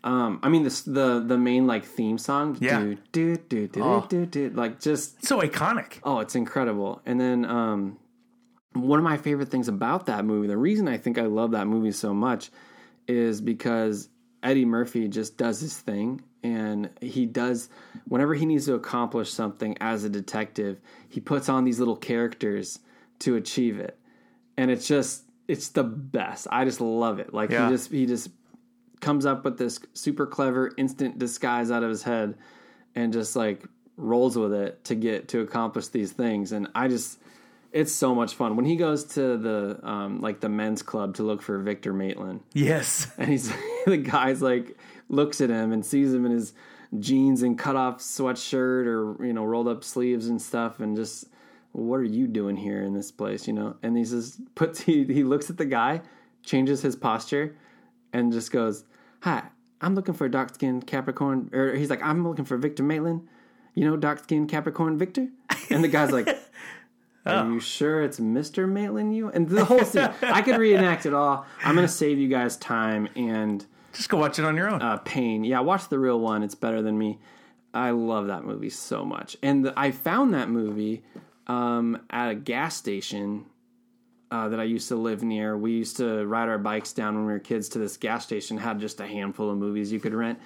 um, I mean the s- the the main like theme song. Yeah. Oh. do do do do do do. Like just so iconic Oh, it's incredible. And then um, one of my favorite things about that movie, the reason I think I love that movie so much is because Eddie Murphy just does his thing. And he does, whenever he needs to accomplish something as a detective, he puts on these little characters to achieve it. and it's just it's the best. I just love it. Like Yeah. he just he just comes up with this super clever instant disguise out of his head and just like rolls with it to get to accomplish these things and I just it's so much fun when he goes to the um, like the men's club to look for Victor Maitland Yes. and he's the guy's like looks at him and sees him in his jeans and cut off sweatshirt or you know rolled up sleeves and stuff and just what are you doing here in this place you know and he says puts he, he looks at the guy changes his posture and just goes hi i'm looking for dark skinned capricorn or he's like i'm looking for victor maitland you know dark skinned capricorn victor and the guy's like Are you sure it's Mr. Maitland? You and the whole scene. I could reenact it all. I'm going to save you guys time and Just go watch it on your own. uh, pain. Yeah, watch the real one. It's better than me. I love that movie so much. And the, I found that movie um, at a gas station uh, that I used to live near. We used to ride our bikes down when we were kids to this gas station. Had just a handful of movies you could rent,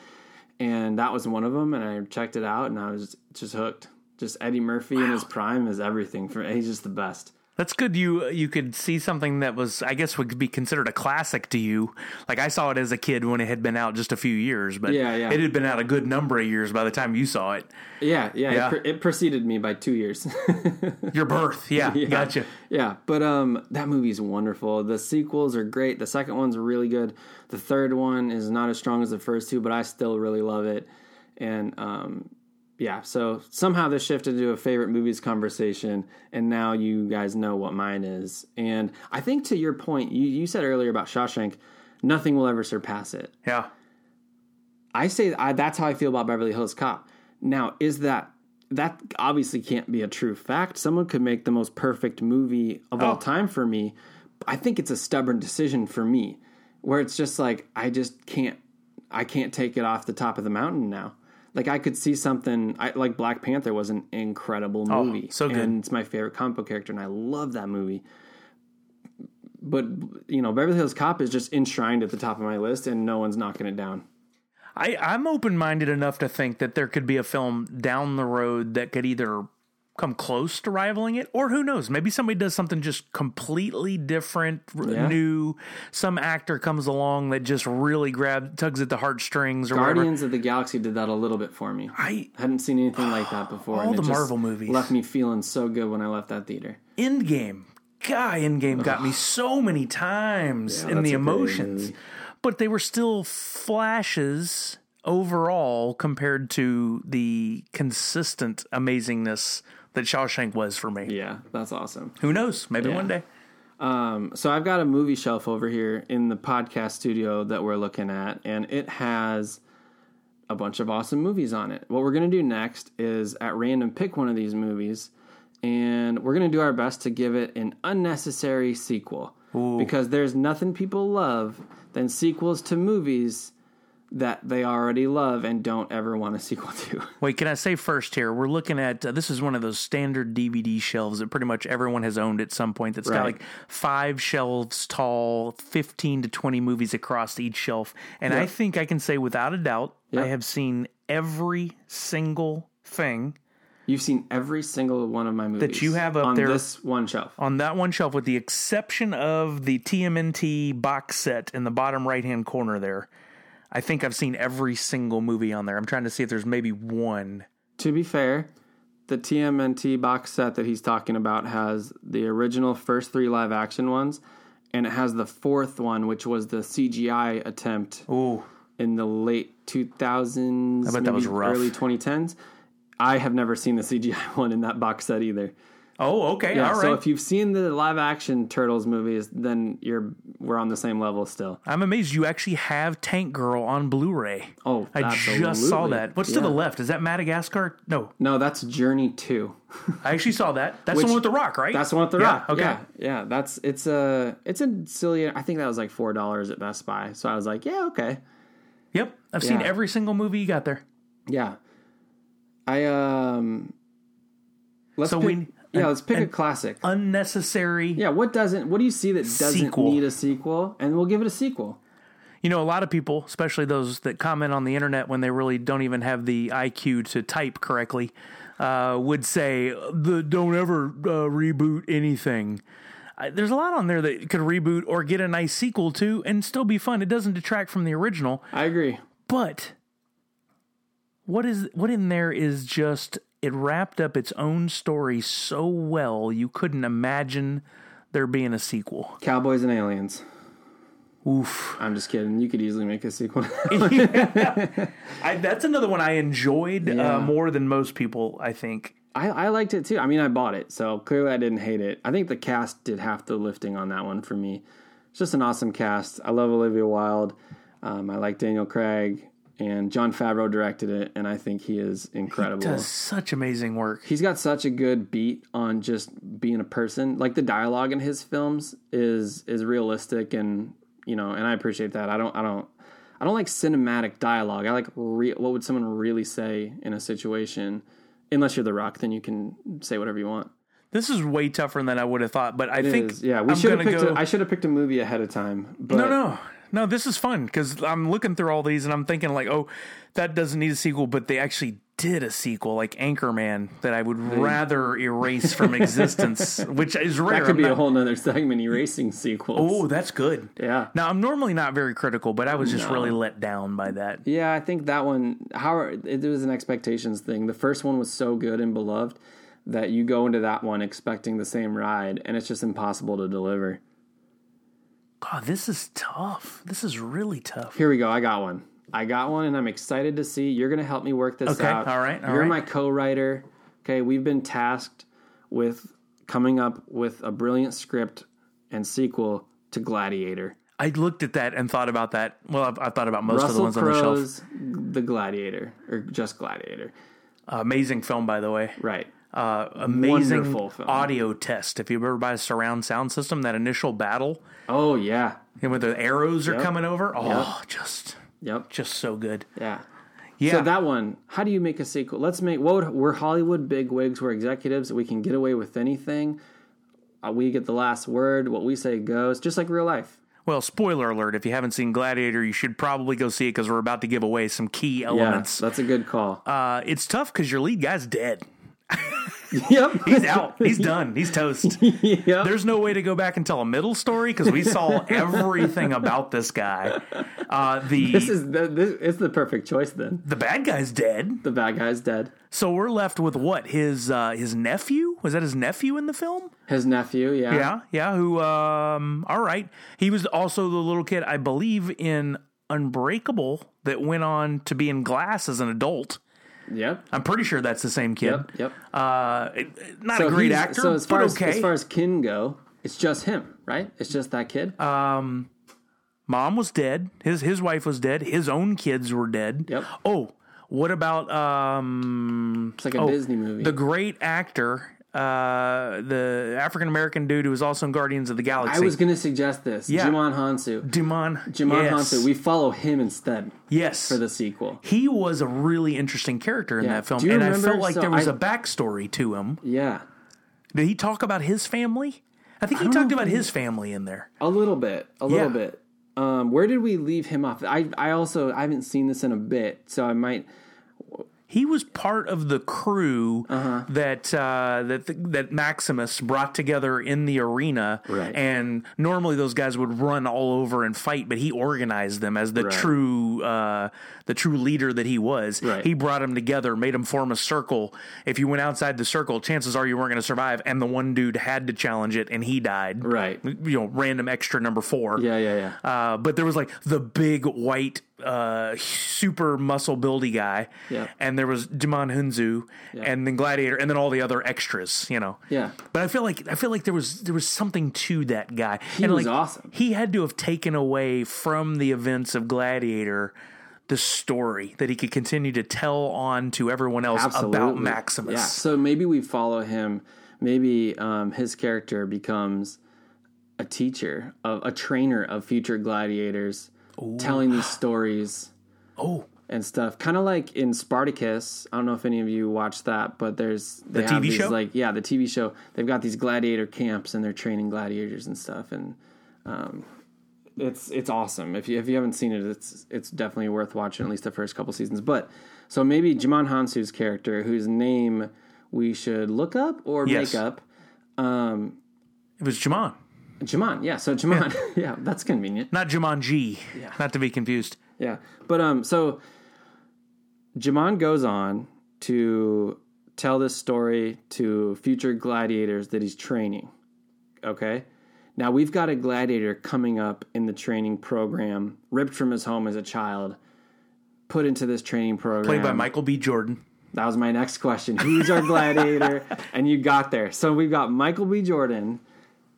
and that was one of them. And I checked it out, and I was just hooked. Just Eddie Murphy in his prime is everything for. He's just the best. That's good. You you could see something that was, I guess, would be considered a classic to you. Like I saw it as a kid when it had been out just a few years, but Yeah, yeah. it had been out a good number of years by the time you saw it. Yeah, yeah. Yeah. It, pre- it preceded me by two years. Your birth, yeah, gotcha. Yeah, but um, that movie's wonderful. The sequels are great. The second one's really good. The third one is not as strong as the first two, but I still really love it. And um, yeah, so somehow this shifted to a favorite movies conversation, and now you guys know what mine is. And I think to your point, you, you said earlier about Shawshank, nothing will ever surpass it. Yeah, I say I, that's how I feel about Beverly Hills Cop. Now, is that that obviously can't be a true fact? Someone could make the most perfect movie of Oh. all time for me. I think it's a stubborn decision for me, where it's just like I just can't, I can't take it off the top of the mountain now. Like I could see something I, like Black Panther was an incredible movie, Oh, so good. and it's my favorite comic book character, and I love that movie but you know Beverly Hills Cop is just enshrined at the top of my list, and no one's knocking it down. I I'm open minded enough to think that there could be a film down the road that could either come close to rivaling it, or who knows, maybe somebody does something just completely different, r- Yeah. new. Some actor comes along that just really grabs, tugs at the heartstrings, or whatever. Guardians of the Galaxy did that a little bit for me. I hadn't seen anything like that before. All it the just Marvel movies. left me feeling so good when I left that theater. Endgame. God, Endgame got me so many times that's in the a pretty good emotions, movie. but they were still flashes overall compared to the consistent amazingness that Shawshank was for me. Yeah, that's awesome. Who knows? Maybe one day. So I've got a movie shelf over here in the podcast studio that we're looking at, and it has a bunch of awesome movies on it. What we're gonna do next is at random pick one of these movies, and we're gonna do our best to give it an unnecessary sequel because there's nothing people love than sequels to movies that they already love and don't ever want a sequel to. Wait, can I say first here? We're looking at uh, this is one of those standard DVD shelves that pretty much everyone has owned at some point. That's got Right. like five shelves tall, 15 to 20 movies across each shelf. And I think I can say without a doubt, I have seen every single thing You've seen every single one of my movies you have up on there- this one shelf. on that one shelf, with the exception of the TMNT box set in the bottom right hand corner there. I think I've seen every single movie on there. I'm trying to see if there's maybe one. To be fair, the TMNT box set that he's talking about has the original first three live action ones, and it has the fourth one, which was the CGI attempt Ooh. in the late 2000s, I bet that was rough. early 2010s. I have never seen the CGI one in that box set either. Oh, okay. Yeah, All right. So if you've seen the live action Turtles movies, then you're we're on the same level still. I'm amazed you actually have Tank Girl on Blu-ray. Oh, I just absolutely. saw that. What's to the Yeah. left? Is that Madagascar? No, No, that's Journey 2. I actually saw that. That's the one with the rock, right? That's the one with the Yeah, rock. okay. Yeah, yeah. That's it's a it's a silly. I think that was like four dollars at Best Buy. So I was like, yeah, okay, Yep, I've seen Yeah. every single movie you got there. yeah. I um. Let's So pick, we- yeah, let's pick a classic. Unnecessary. yeah, what doesn't? What do you see that doesn't Sequel. need a sequel? And we'll give it a sequel. You know, a lot of people, especially those that comment on the internet when they really don't even have the IQ to type correctly, uh, would say the don't ever uh, reboot anything. I, there's a lot on there that could reboot or get a nice sequel to and still be fun. It doesn't detract from the original, I agree. but what is what in there is just it wrapped up its own story so well you couldn't imagine there being a sequel. Cowboys and aliens. Oof. I'm just kidding. You could easily make a sequel. I, that's another one I enjoyed uh, more than most people. I think I, I liked it too. I mean, I bought it, so clearly I didn't hate it. I think the cast did half the lifting on that one for me. It's just an awesome cast. I love Olivia Wilde. Um, I like Daniel Craig, and John Favreau directed it, and I think he is incredible. does such amazing work. He's got such a good beat on just being a person. Like the dialogue in his films is is realistic, and you know, and I appreciate that. I don't, I don't, I don't like cinematic dialogue. I like re- what would someone really say in a situation. Unless you're The Rock, then you can say whatever you want. This is way tougher than I would have thought, but I think is. Yeah, we I'm should have gonna picked. go. A, I should have picked a movie ahead of time. But no, no, no. This is fun because I'm looking through all these and I'm thinking like, oh, that doesn't need a sequel, but they actually did a sequel, like Anchorman, that I would rather erase from existence, which is rare. that could I'm be not- a whole nother segment. Erasing sequels. Oh, that's good. Yeah. Now I'm normally not very critical, but I was just really let down by that. Yeah, I think that one. How it was an expectations thing. The first one was so good and beloved that you go into that one expecting the same ride, and it's just impossible to deliver. God, this is tough. This is really tough. Here we go. I got one. I got one, and I'm excited to see. You're going to help me work this Okay, out. all right, all You're right. my co-writer. Okay. We've been tasked with coming up with a brilliant script and sequel to Gladiator. I looked at that and thought about that. Well, I've, I've thought about most of Russell the ones on the shelf. Crowe's The Gladiator, or just Gladiator. Uh, amazing film, by the way. Right. Uh, amazing Wonderful film. audio test. If you ever buy a surround sound system, that initial battle Oh, yeah. and when the arrows are coming over, oh, just Yep. just so good. Yeah. Yeah, So that one, how do you make a sequel? Let's make, what would, we're Hollywood bigwigs, we're executives, we can get away with anything. Uh, we get the last word, what we say goes, just like real life. well, spoiler alert: if you haven't seen Gladiator, you should probably go see it because we're about to give away some key Yeah, elements. that's a good call. uh, it's tough because your lead guy's dead. yep. He's out. He's done. He's toast. yep. There's no way to go back and tell a middle story because we saw everything about this guy. Uh, the This is the, this, it's the perfect choice then. the bad guy's dead, The bad guy's dead. so we're left with what his uh, his nephew was that his nephew in the film? His nephew, yeah. Yeah, yeah. Who? Um, all right. He was also the little kid, I believe, in Unbreakable that went on to be in Glass as an adult. Yep. I'm pretty sure that's the same kid. Yep. Yep. Uh, it- it- not a great he's- actor, So as far but as okay. as far as kin go, it's just him, right? It's just that kid. Uh, Mom was dead. His his wife was dead. His own kids were dead. Yep. Oh, what about um it's like a Disney movie. the great actor, uh the African American dude who was also in Guardians of the I Galaxy? was going to suggest this. Yeah. Jimon Hansu. Jimon Jimon yes. Hansu. We follow him instead yes. for the sequel. he was a really interesting character in Yeah. that film, Do you and I remember- felt like so there was I- a backstory to him. Yeah, Did he talk about his family? I think he talked about his family in there. a little bit, a Yeah. little bit. Um, where did we leave him off? I I also I haven't seen this in a bit, so I might. He was part of the crew Uh-huh. that uh, that that Maximus brought together in the arena, Right. and normally those guys would run all over and fight, but he organized them as the true uh, the true leader that he was. Right. He brought them together, made them form a circle. If you went outside the circle, chances are you weren't going to survive. And the one dude had to challenge it, and he died. Right. you know, random extra number four. Yeah, yeah, yeah. Uh, but there was like the big white, uh, super muscle buildy guy, Yeah. and there was Jamon Hunzu, and then Gladiator, and then all the other extras, you know. Yeah. But I feel like I feel like there was there was something to that guy. He and was like, awesome. He had to have taken away from the events of Gladiator the story that he could continue to tell on to everyone else about Absolutely. Maximus. Yeah. So maybe we follow him. Maybe um, his character becomes a teacher, of, a trainer of future gladiators, telling these stories. Oh. And stuff, kind of like in Spartacus. I don't know if any of you watched that, but there's they The have TV these, show? Like, yeah, the TV show. They've got these gladiator camps, and they're training gladiators and stuff. And um, it's it's awesome. If you if you haven't seen it, it's it's definitely worth watching at least the first couple seasons. But so maybe Jimon Hansu's character, whose name we should look up or Yes. make up, It was Jamon. Jamon, yeah. So Jamon, yeah. that's convenient. Not Jumanji. Yeah. Not to be confused. Yeah, but um, so Jamon goes on to tell this story to future gladiators that he's training. Okay, now we've got a gladiator coming up in the training program, ripped from his home as a child, put into this training program. Played by Michael B. Jordan. That was my next question. Who's our gladiator? and you got there. So we've got Michael B. Jordan.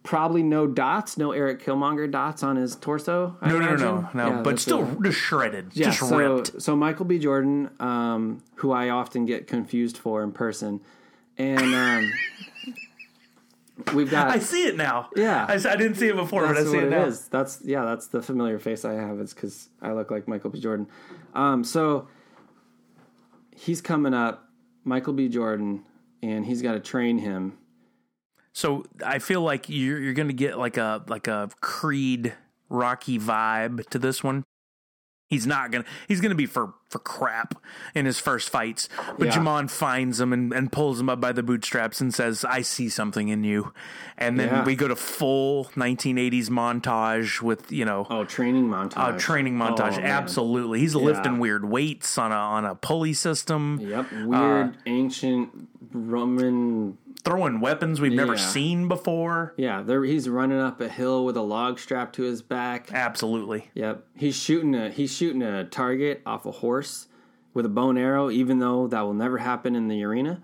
Probably no dots, no Eric Killmonger dots on his torso. I No, no, no, imagine. no, no. Yeah, but that's still a- just shredded, yeah, just so, ripped. So Michael B. Jordan, um, who I often get confused for in person, and um, we've got. I see it now. Yeah. I, s- I didn't see it before, but I that's see what it it now. is. That's yeah. That's the familiar face I have. It's because I look like Michael B. Jordan. Um, so he's coming up, Michael B. Jordan, and he's got to train him. So I feel like you're you're gonna get like a like a Creed Rocky vibe to this one. He's not gonna he's gonna be for for crap in his first fights. But Yeah. Jamon finds him and, and pulls him up by the bootstraps and says, I see something in you. And then Yeah. we go to full nineteen eighties montage with, you know, Oh, training montage. a training montage. Oh, man. Absolutely. He's lifting weird weights on a on a pulley system. Yep. Weird ancient Roman Throwing weapons we've never Yeah. seen before. Yeah, there he's running up a hill with a log strapped to his back. Absolutely. Yep, he's shooting a he's shooting a target off a horse with a bone arrow. Even though that will never happen in the arena,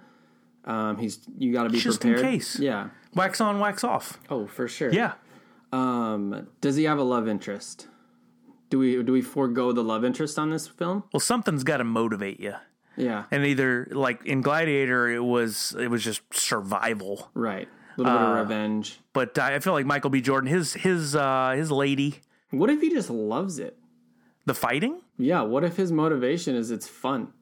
um, he's you got to be Just in prepared. case. Yeah. Wax on, wax off. Oh, for sure. Yeah. Um, does he have a love interest? Do we do we forego the love interest on this film? Well, something's got to motivate you. Yeah. And either like in Gladiator, it was it was just survival. right. A little Uh, bit of revenge. But I I feel like Michael B. Jordan, his his uh, his lady, What if he just loves it? the fighting. Yeah. What if his motivation is it's fun?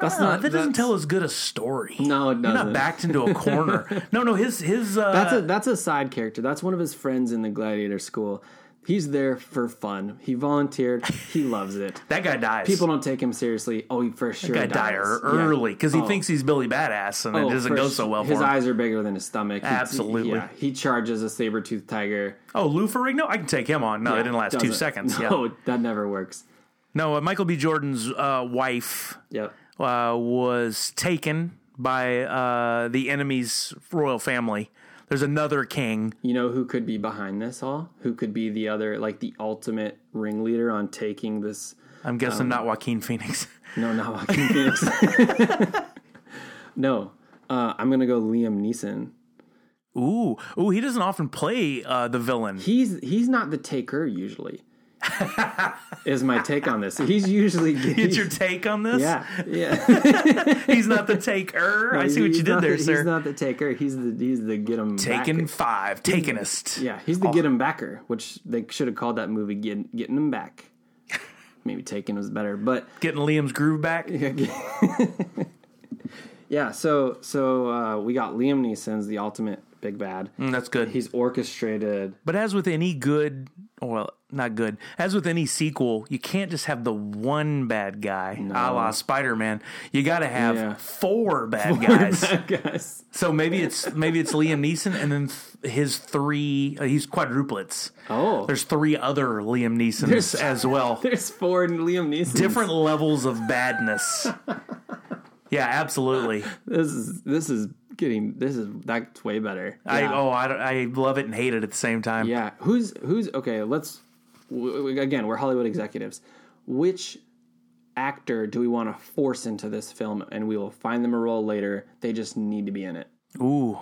That's Uh, that doesn't tell as good a story. No, it You're doesn't. not backed into a corner. no, no, his his uh, That's a that's a side character. That's one of his friends in the gladiator school. He's there for fun. He volunteered. He loves it. that guy dies. People don't take him seriously. Oh, he for sure guy dies. die er- Yeah. early because he thinks he's Billy Badass, and Oh, it doesn't for go su- so well for His him. eyes are bigger than his stomach. He- Absolutely. yeah, he charges a saber toothed tiger. Oh, Lou Ferrigno, I can take him on. No, it didn't last two Doesn't- seconds. Yeah. No, that never works. No, uh, Michael B. Jordan's uh, wife Yep. uh, was taken by uh, the enemy's royal family. There's another king. You know who could be behind this all? Who could be the other, like the ultimate ringleader on taking this? I'm guessing Um, not Joaquin Phoenix. No, not Joaquin Phoenix. no, uh, I'm gonna go Liam Neeson. Ooh, ooh, he doesn't often play uh, the villain. he's he's not the taker usually. is my take on this? He's usually Get your take on this. yeah yeah. He's not the taker. I see what He's you did not there, the, sir. He's not the taker. He's the he's the get him Taken five, takenist. Yeah, he's the get him backer, which they should have called that movie get, getting him back. Maybe taking was better, but Getting Liam's groove back. yeah. So so uh, we got Liam Neeson's the ultimate big bad. Mm, that's good. He's orchestrated. But as with any good, well, not good, as with any sequel, you can't just have the one bad guy, a la Spider Man. You got to have Yeah. four bad guys. guys. So maybe it's maybe it's Liam Neeson and then th- his three. Uh, he's quadruplets. Oh. there's three other Liam Neesons There's- as well. There's four in Liam Neeson. Different levels of badness. yeah, absolutely. This is this is getting this is that's way better. I Yeah. oh I, don't- I love it and hate it at the same time. Yeah, who's who's okay? Let's w- w- again, we're Hollywood executives. Which actor do we want to force into this film, and we will find them a role later? They just need to be in it. Ooh.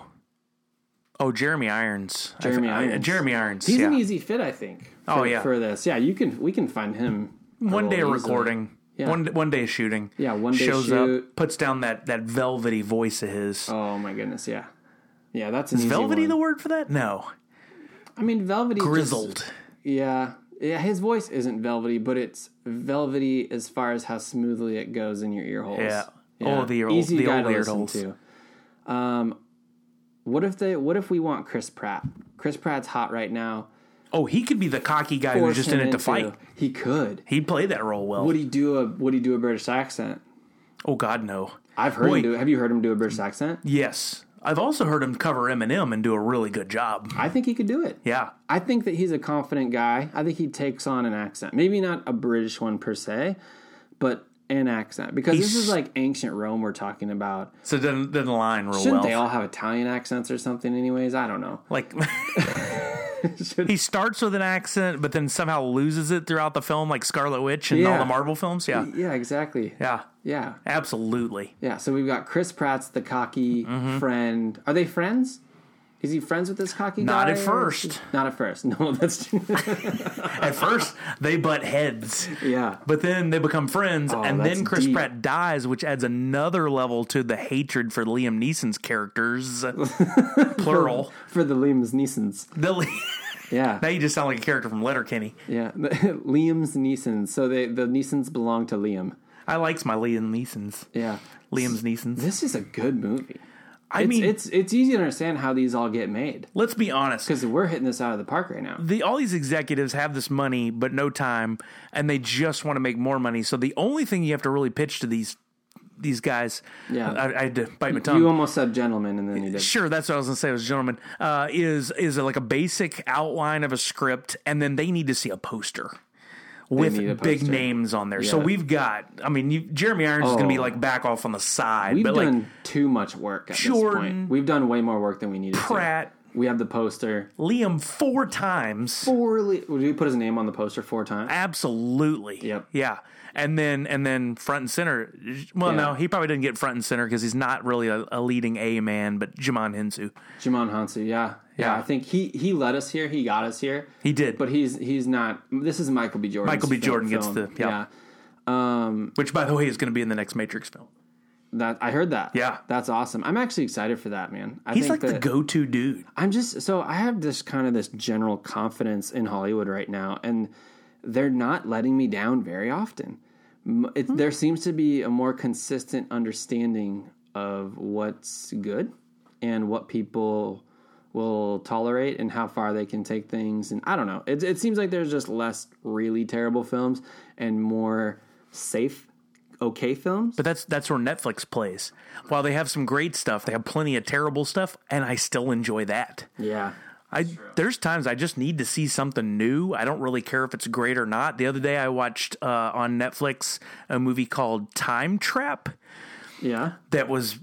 Oh, Jeremy Irons. I f- Jeremy I- Irons. Jeremy Irons. He's yeah. an easy fit, I think. For, Oh, yeah. for this, yeah, you can we can find him a one day role easily. recording. Yeah. One one day shooting. Yeah, one day shows shoot. up, puts down that that velvety voice of his. Oh my goodness, yeah, yeah, that's an easy velvety one. the word for that? No, I mean, velvety just- grizzled. yeah. Yeah, his voice isn't velvety, but it's velvety as far as how smoothly it goes in your ear holes. yeah. Yeah. Oh, the old, easy the guy old to weird listen holes. to. Um, what if they? What if we want Chris Pratt? Chris Pratt's hot right now. Oh, he could be the cocky guy who's just in it to fight. He could. He'd play that role well. Would he do a? Would he do a British accent? oh God, no. I've heard Wait. him do. Have you heard him do a British accent? Yes. I've also heard him cover Eminem and do a really good job. I think he could do it. Yeah. I think that he's a confident guy. I think he takes on an accent. Maybe not a British one per se, but an accent. Because this He's- is like ancient Rome we're talking about. So it doesn't, doesn't align real Shouldn't well. they all have Italian accents or something, anyways? I don't know. like he starts with an accent, but then somehow loses it throughout the film, like Scarlet Witch and all Yeah. the Marvel films. Yeah. Yeah, exactly. Yeah. Yeah. Absolutely. Yeah. So we've got Chris Pratt's the cocky Mm-hmm. friend. Are they friends? Is he friends with this cocky Not guy? at or is first. he- Not at first. No, that's At first, they butt heads. yeah. But then they become friends, and Oh, that's then Chris deep. Pratt dies, which adds another level to the hatred for Liam Neeson's characters, plural. For the Liam Neesons. The Li- Yeah. now you just sound like a character from Letterkenny. Yeah, Liam's Neesons. So they the Neesons belong to Liam. I likes my Liam Neeson's. Yeah, Liam's Neeson's. this is a good movie. I It's, mean, it's it's easy to understand how these all get made let's be honest. because we're hitting this out of the park right now. the all these executives have this money but no time and they just want to make more money so the only thing you have to really pitch to these these guys Yeah. i, I had to bite my tongue You almost said gentleman, and then you did. Sure, that's what I was gonna say. Was gentlemen uh, is is like a basic outline of a script, and then they need to see a poster with need a big poster. names on there. So Yeah. we've got, I mean, you, Jeremy Irons is gonna be Oh. like back off on the side, We've but done like too much work at this Jordan- point. We've done way more work than we needed. Pratt, To. We have the poster. Liam four times, Four. Li- Did we put his name on the poster four times? absolutely, Yep. yeah. And then and then front and center. Well, Yeah. no, he probably didn't get front and center because he's not really a, a leading A man, but Jamon Hensu, Jimon Hansu. Yeah. yeah, Yeah. I think he he led us here. He got us here. he did. But he's he's not. This is Michael B. Jordan. Michael B. Jordan gets the- yeah. which, by the way, is going to be in the next Matrix film. That I heard that. Yeah. that's awesome. I'm actually excited for that, man. I He's think like the that- go to dude. I'm just so I have this kind of this general confidence in Hollywood right now, and they're not letting me down very often. M- It, Hmm. There seems to be a more consistent understanding of what's good and what people will tolerate and how far they can take things. And I don't know. It, it seems like there's just less really terrible films and more safe, okay films. But that's that's where Netflix plays. While they have some great stuff, they have plenty of terrible stuff, and I still enjoy that. Yeah. I there's times I just need to see something new. I don't really care if it's great or not. The other day I watched uh, on Netflix a movie called Time Trap Yeah. that was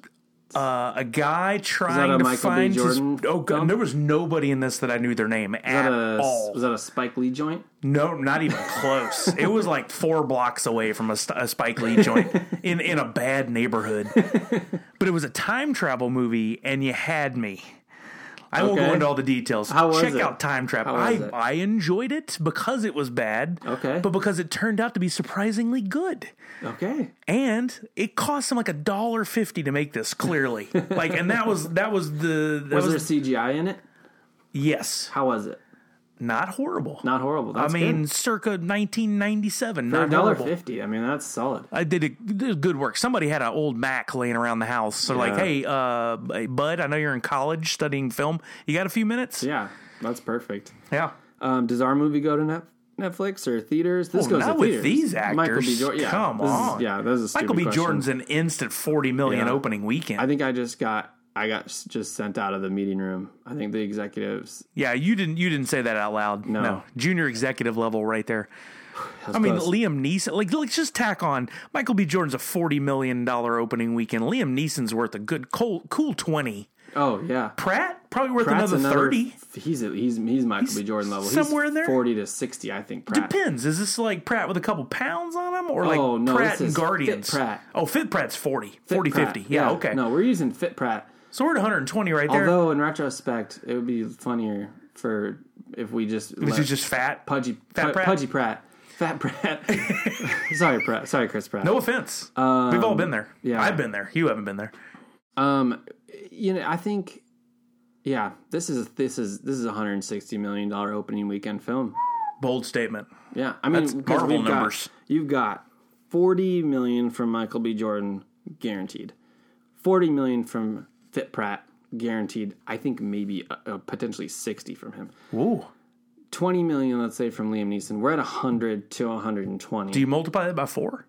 uh, a guy trying a to Michael B. find Jordan his. Oh, God, film? there was nobody in this that I knew their name at Uh, all. was that a Spike Lee joint? No, not even close. it was like four blocks away from a, st- a Spike Lee joint in, in a bad neighborhood. But it was a time travel movie, and you had me. I won't go Okay. into all the details. How was Check it? out Time Trap. How I, was it? I enjoyed it because it was bad, Okay. but because it turned out to be surprisingly good. Okay. And it cost them like a dollar fifty to make this. Clearly, like, and that was that was the that Was, was, there CGI in it? yes, How was it? not horrible. Not horrible. I That's mean, good. circa nineteen ninety seven. for a Not dollar horrible. fifty. I mean, that's solid. I did, a, did good work. Somebody had an old Mac laying around the house. So like, Yeah. hey, uh, hey, bud, I know you're in college studying film. You got a few minutes? Yeah, that's perfect. Yeah. Um, does our movie go to Net- Netflix or theaters? This Well, goes Oh, not to with theaters. these Michael B. actors. Jordan. Yeah, Come this is- on. yeah, this is a stupid Michael B. question. Jordan's an instant forty million Yeah. opening weekend. I think I just got. I got s- just sent out of the meeting room. I think the executives. yeah, you didn't. You didn't say that out loud. No. Junior executive level, right there. I mean, close. Liam Neeson. Like, let's just tack on Michael B. Jordan's a forty million dollar opening weekend. Liam Neeson's worth a good cool, cool twenty. Oh yeah, Pratt probably worth Pratt's another, thirty. He's he's he's Michael B. Jordan level. somewhere he's in there? forty to sixty, I think. Pratt. Depends. Is this like Pratt with a couple pounds on him or like Oh, no, Pratt this and is Guardians? Fit Pratt. Oh, Fit Pratt's 40, 40, Pratt. 50. Yeah, okay. No, we're using Fit Pratt. So we're at 120 right there. Although in retrospect, it would be funnier for if we just Which let is just fat. pudgy Fat Pu- Pratt. pudgy Pratt, fat Pratt. sorry, Pratt. Sorry, Chris Pratt. No offense. We've all been there. yeah. I've been there. You haven't been there. Um, you know, I think, yeah, this is this is this is a hundred and sixty million dollar opening weekend film. Bold statement. Yeah, I mean, That's 'cause Marvel we've got- numbers. you've got forty million from Michael B. Jordan, guaranteed. Forty million from Fit Pratt, guaranteed. I think maybe uh, uh, potentially sixty from him. Ooh. 20 million, let's say, from Liam Neeson. We're at 100 to 120. Do you multiply that by four?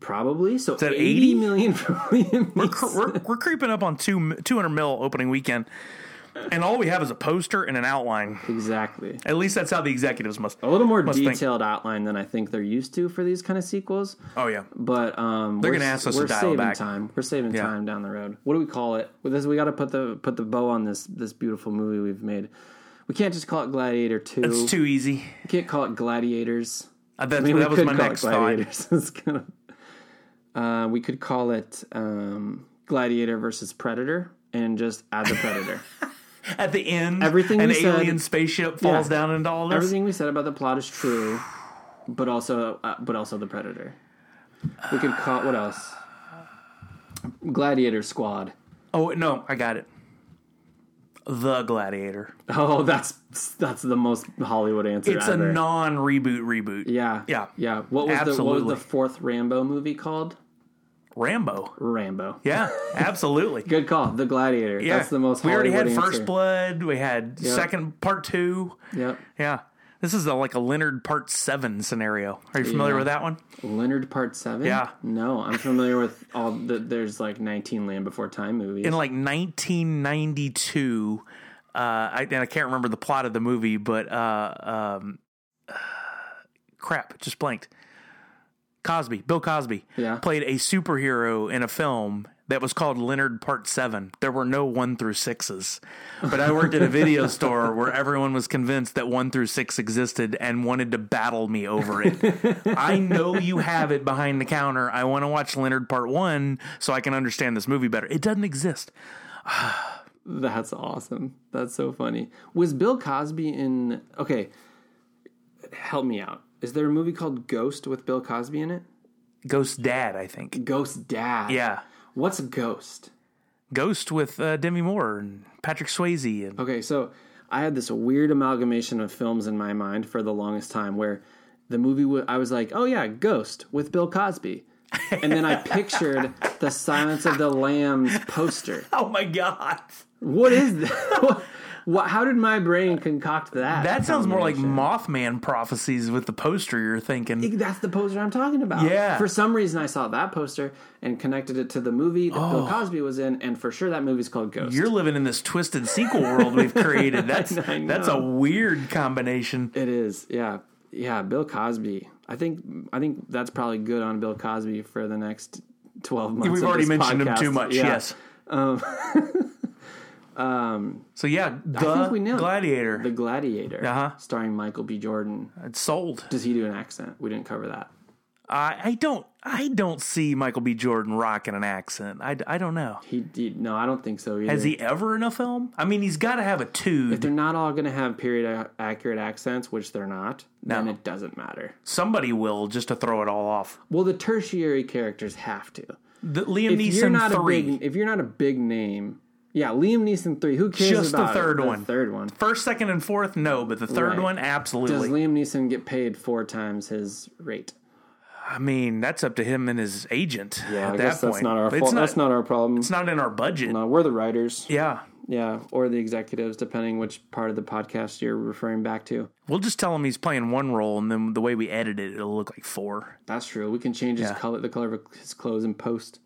Probably. So that 80 80? million for Liam We're, Neeson. cre- we're, we're creeping up on two, 200 mil opening weekend, and all we have is a poster and an outline. Exactly. At least that's how the executives must. A little more must think. detailed outline than I think they're used to for these kind of sequels. Oh, yeah. But um, they're gonna ask us to we're dial saving back. time. We're saving time down the road. What do we call it? With this, we got to put the put the bow on this this beautiful movie we've made. We can't just call it Gladiator Two. It's too easy. we can't call it Gladiators. Uh, that's, I mean, that we was could my call next it thought. Gladiators. it's kind of, uh, we could call it um, Gladiator versus Predator, and just add the Predator. At the end, Everything an we said- alien spaceship falls Yeah. down into all this. Everything we said about the plot is true, but also uh, but also the Predator. We could call what else? Gladiator Squad. Oh no, I got it. The Gladiator. Oh, that's that's the most Hollywood answer It's a ever. non reboot reboot. yeah, Yeah. yeah. What was the what Absolutely. was the fourth Rambo movie called? Rambo. Rambo. Yeah, absolutely. Good call. The Gladiator. Yeah. That's the most. We already had Hollywood First answer. Blood. We had Second Part Two. Yep. Yeah. This is a, like a Leonard Part Seven scenario. Are you familiar Yeah. with that one? Leonard Part Seven. Yeah. No, I'm familiar with all the. There's like 19 Land Before Time movies. In like 1992, uh, I, and I can't remember the plot of the movie, but uh, um, crap, it just blanked. Cosby, Bill Cosby, Yeah. played a superhero in a film that was called Leonard Part Seven. There were no one through sixes, but I worked at a video store where everyone was convinced that one through six existed and wanted to battle me over it. I know you have it behind the counter. I want to watch Leonard Part One so I can understand this movie better. It doesn't exist. That's awesome. That's so funny. Was Bill Cosby in? Okay, help me out. Is there a movie called Ghost with Bill Cosby in it? Ghost Dad, I think. Ghost Dad. Yeah, What's Ghost? Ghost with uh, Demi Moore and Patrick Swayze and Okay, so I had this weird amalgamation of films in my mind for the longest time where the movie wa- I was like, "Oh yeah, Ghost with Bill Cosby." and then I pictured the Silence of the Lambs poster. oh my god, What is that? what, how did my brain concoct that? that sounds more like combination? Mothman prophecies with the poster you're thinking. That's the poster I'm talking about. Yeah. For some reason, I saw that poster and connected it to the movie that Bill Cosby was in, and for sure that movie's called Ghost. Oh. You're living in this twisted sequel world we've created. That's I know. that's a weird combination. it is, yeah, yeah. Bill Cosby. I think I think that's probably good on Bill Cosby for the next twelve months. We've of already this mentioned him podcast. too much. Yeah. Um, Yes. so yeah, the think we nailed it. Gladiator. The Gladiator, Uh-huh. starring Michael B. Jordan. it's sold. Does he do an accent? We didn't cover that. I, I don't. I don't see Michael B. Jordan rocking an accent. I, I don't know. He, did no, I don't think so either. Is he ever in a film? I mean, he's got to have a They're two. not all going to have period ac- accurate accents, which they're not. Then it doesn't matter. Somebody will just to throw it all off. Well, the tertiary characters have to. The, Liam If you're Neeson not three. a big, if you're not a big name, yeah, Liam Neeson three. Who cares Just the about it? third one. third one. First, second, and fourth, no, but the third Right. one, Does absolutely. Liam Neeson get paid four times his rate? I mean, that's up to him and his agent. Yeah, at I that guess point. that's not our It's fault. that's not our problem. It's not in our budget. No, we're the writers, Yeah, yeah, or the executives, depending which part of the podcast you're referring back to. we'll just tell him he's playing one role, and then the way we edit it, it'll look like four. That's true. We can change his Yeah. color, the color of his clothes in post.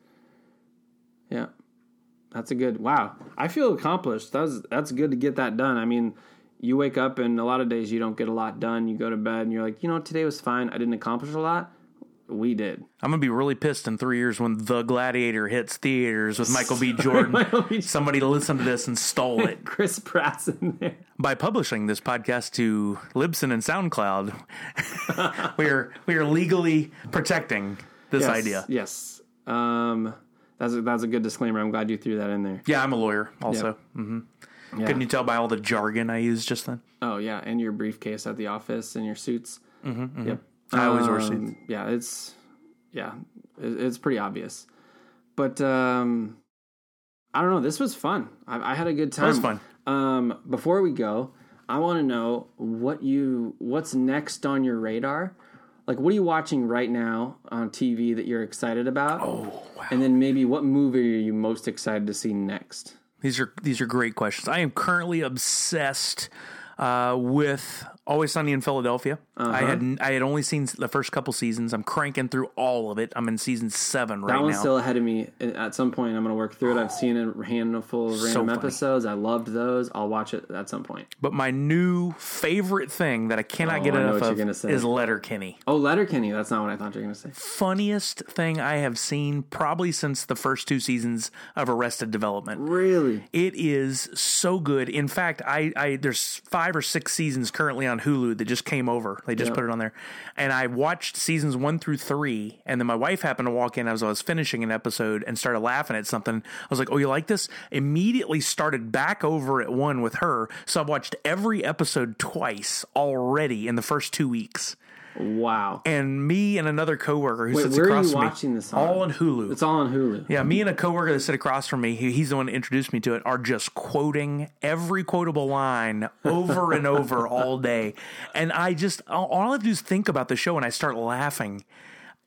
Yeah, that's a good. Wow, I feel accomplished. That was that's good to get that done. I mean, you wake up and a lot of days you don't get a lot done. You go to bed and you're like, you know, today was fine. I didn't accomplish a lot. We did. I'm gonna be really pissed in three years when The Gladiator hits theaters with Michael B. Jordan. Somebody listened to this and stole it. Chris Pratt's in there. By publishing this podcast to Libsyn and SoundCloud, we are we are legally protecting this Yes, idea. Yes. Um, that's a, that's a good disclaimer. I'm glad you threw that in there. Yeah, I'm a lawyer also. hmm Couldn't you tell by all the jargon I used just then? Oh yeah, and your briefcase at the office and your suits. Mm-hmm, Yep. I always wear suits. Um, Yeah, it's yeah, it, it's pretty obvious. But um, I don't know. This was fun. I, I had a good time. was fun. Um, before we go, I want to know what you what's next on your radar. Like, what are you watching right now on TV that you're excited about? Oh, wow. And then maybe what movie are you most excited to see next? These are these are great questions. I am currently obsessed uh, with Always Sunny in Philadelphia. I had I had only seen the first couple seasons. I'm cranking through all of it. I'm in season seven right That one's now. still ahead of me. And At some point, I'm going to work through it. I've seen a handful of random funny. episodes. I loved those. I'll watch it at some point. but my new favorite thing that I cannot Oh, get I know enough what you're gonna of say. is Letterkenny. Oh, Letterkenny. That's not what I thought you were going to say. Funniest thing I have seen probably since the first two seasons of Arrested Development. Really? It is so good. In fact, I, I there's five or six seasons currently on Hulu that just came over. They just put it on there, and I watched seasons one through three. And then my wife happened to walk in as I was finishing an episode and started laughing at something. I was like, "Oh, you like this?" Immediately started back over at one with her. So I've watched every episode twice already in the first two weeks. Wow. And me and another coworker who Wait, sits where are across you from watching me, this on? all on Hulu. It's all on Hulu. Yeah, me and a coworker that sit across from me, he, he's the one that introduced me to it, are just quoting every quotable line over and over all day. And I just, all, all I have to do is think about the show and I start laughing.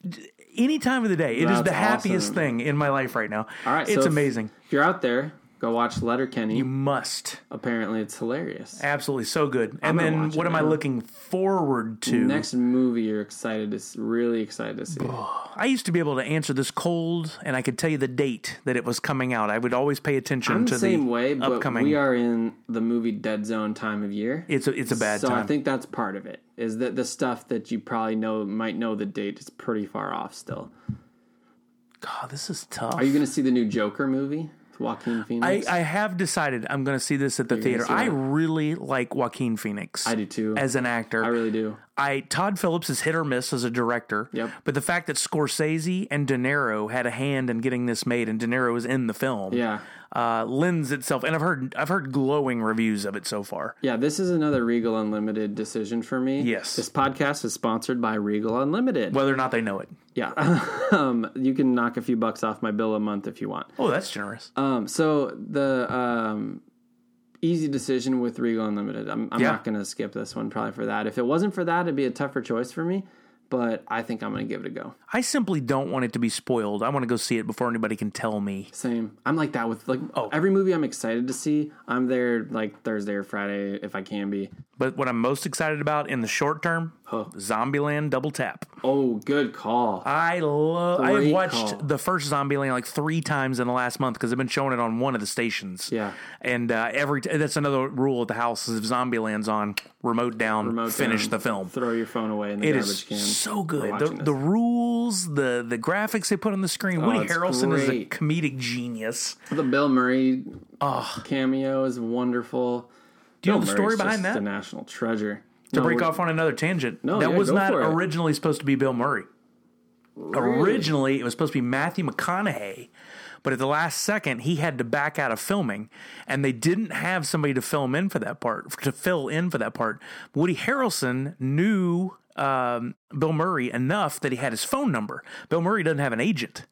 D- Any time of the day. It is That's the happiest awesome. thing in my life right now. All right. It's so if- amazing. If, you're out there, go watch Letterkenny. Must. Apparently, it's hilarious. Absolutely. So good. And gonna then watch what it am I now. looking forward to? Next movie you're excited to s- really excited to see. I used to be able to answer this cold and I could tell you the date that it was coming out. I would always pay attention I'm to the same the way, but upcoming. we are in the movie dead zone time of year. it's, a, it's a bad so time. I think that's part of it. Is that the stuff that you probably know might know the date is pretty far off still. God, this is tough. Are you going to see the new Joker movie? with Joaquin I, Phoenix. I have decided I'm going to see this at the theater. see I that. really like Joaquin Phoenix. I do too. As an actor, I really do. I Todd Phillips is hit or miss as a director. Yep. But the fact that Scorsese and De Niro had a hand in getting this made, and De Niro is in the film, Yeah. uh, lends itself. And I've heard I've heard glowing reviews of it so far. Yeah, this is another Regal Unlimited decision for me. Yes. This podcast is sponsored by Regal Unlimited. Whether or not they know it. yeah. um, you can knock a few bucks off my bill a month if you want. Oh, that's generous. Um, so the um, easy decision with Regal Unlimited. I'm, I'm Yeah. not going to skip this one probably for that. If it wasn't for that, it'd be a tougher choice for me. But I think I'm going to give it a go. I simply don't want it to be spoiled. I want to go see it before anybody can tell me. Same. I'm like that with like Oh. every movie I'm excited to see. I'm there like Thursday or Friday if I can be. But what I'm most excited about in the short term, Zombieland Double Tap. Oh, good call. I love. I have Great watched call. the first Zombieland like three times in the last month because I've been showing it on one of the stations. Yeah. and uh, every t- that's another rule at the house is if Zombieland's on, remote down, Remote finish down. the film. Throw your phone away in the It garbage is can. so We're good. The, watching this. Oh, the rules, the the graphics they put on the screen. Woody it's Harrelson is a great. comedic genius. The Bill Murray cameo is wonderful. Do you know the story behind that? A national treasure. To break off on another tangent, No, that yeah, was go not for it. originally supposed to be Bill Murray. Originally, it was supposed to be Matthew McConaughey, but at the last second, he had to back out of filming, and they didn't have somebody to film in for that part to fill in for that part. Woody Harrelson knew um, Bill Murray enough that he had his phone number. Bill Murray doesn't have an agent.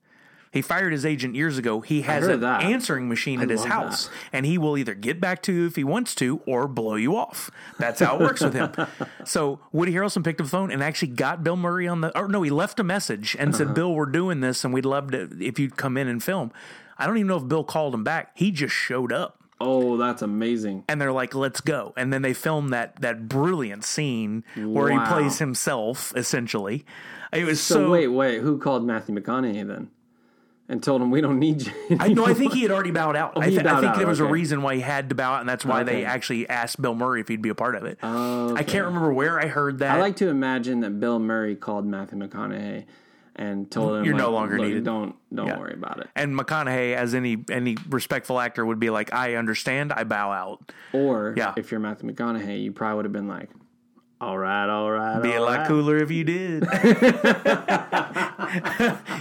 He fired his agent years ago. He has heard an that. answering machine at his love house, and he will either get back to you if he wants to or blow you off. That's how it works with him. So Woody Harrelson picked up the phone and actually got Bill Murray on the. Or no, he left a message and Uh-huh. said, "Bill, we're doing this, and we'd love to if you'd come in and film." I don't even know if Bill called him back. He just showed up, Oh, that's amazing. and they're like, "Let's go!" And then they filmed that that brilliant scene where Wow. he plays himself. Essentially, it was So, so. wait, wait, who called Matthew McConaughey then? And told him we don't need you. I, no, I think he had already bowed out. I, Oh, he th- I bowed think out, there was a okay. reason why he had to bow out, and that's why Okay. Oh, they actually asked Bill Murray if he'd be a part of it. I can't remember where I heard that. I like to imagine that Bill Murray called Matthew McConaughey and told him You're like, no longer "Look, needed." Don't don't worry about it. and McConaughey, as any any respectful actor, would be like, "I understand. I bow out." Or Yeah. if you're Matthew McConaughey, you probably would have been like, "All right, all right, Be a all lot right." cooler if you did.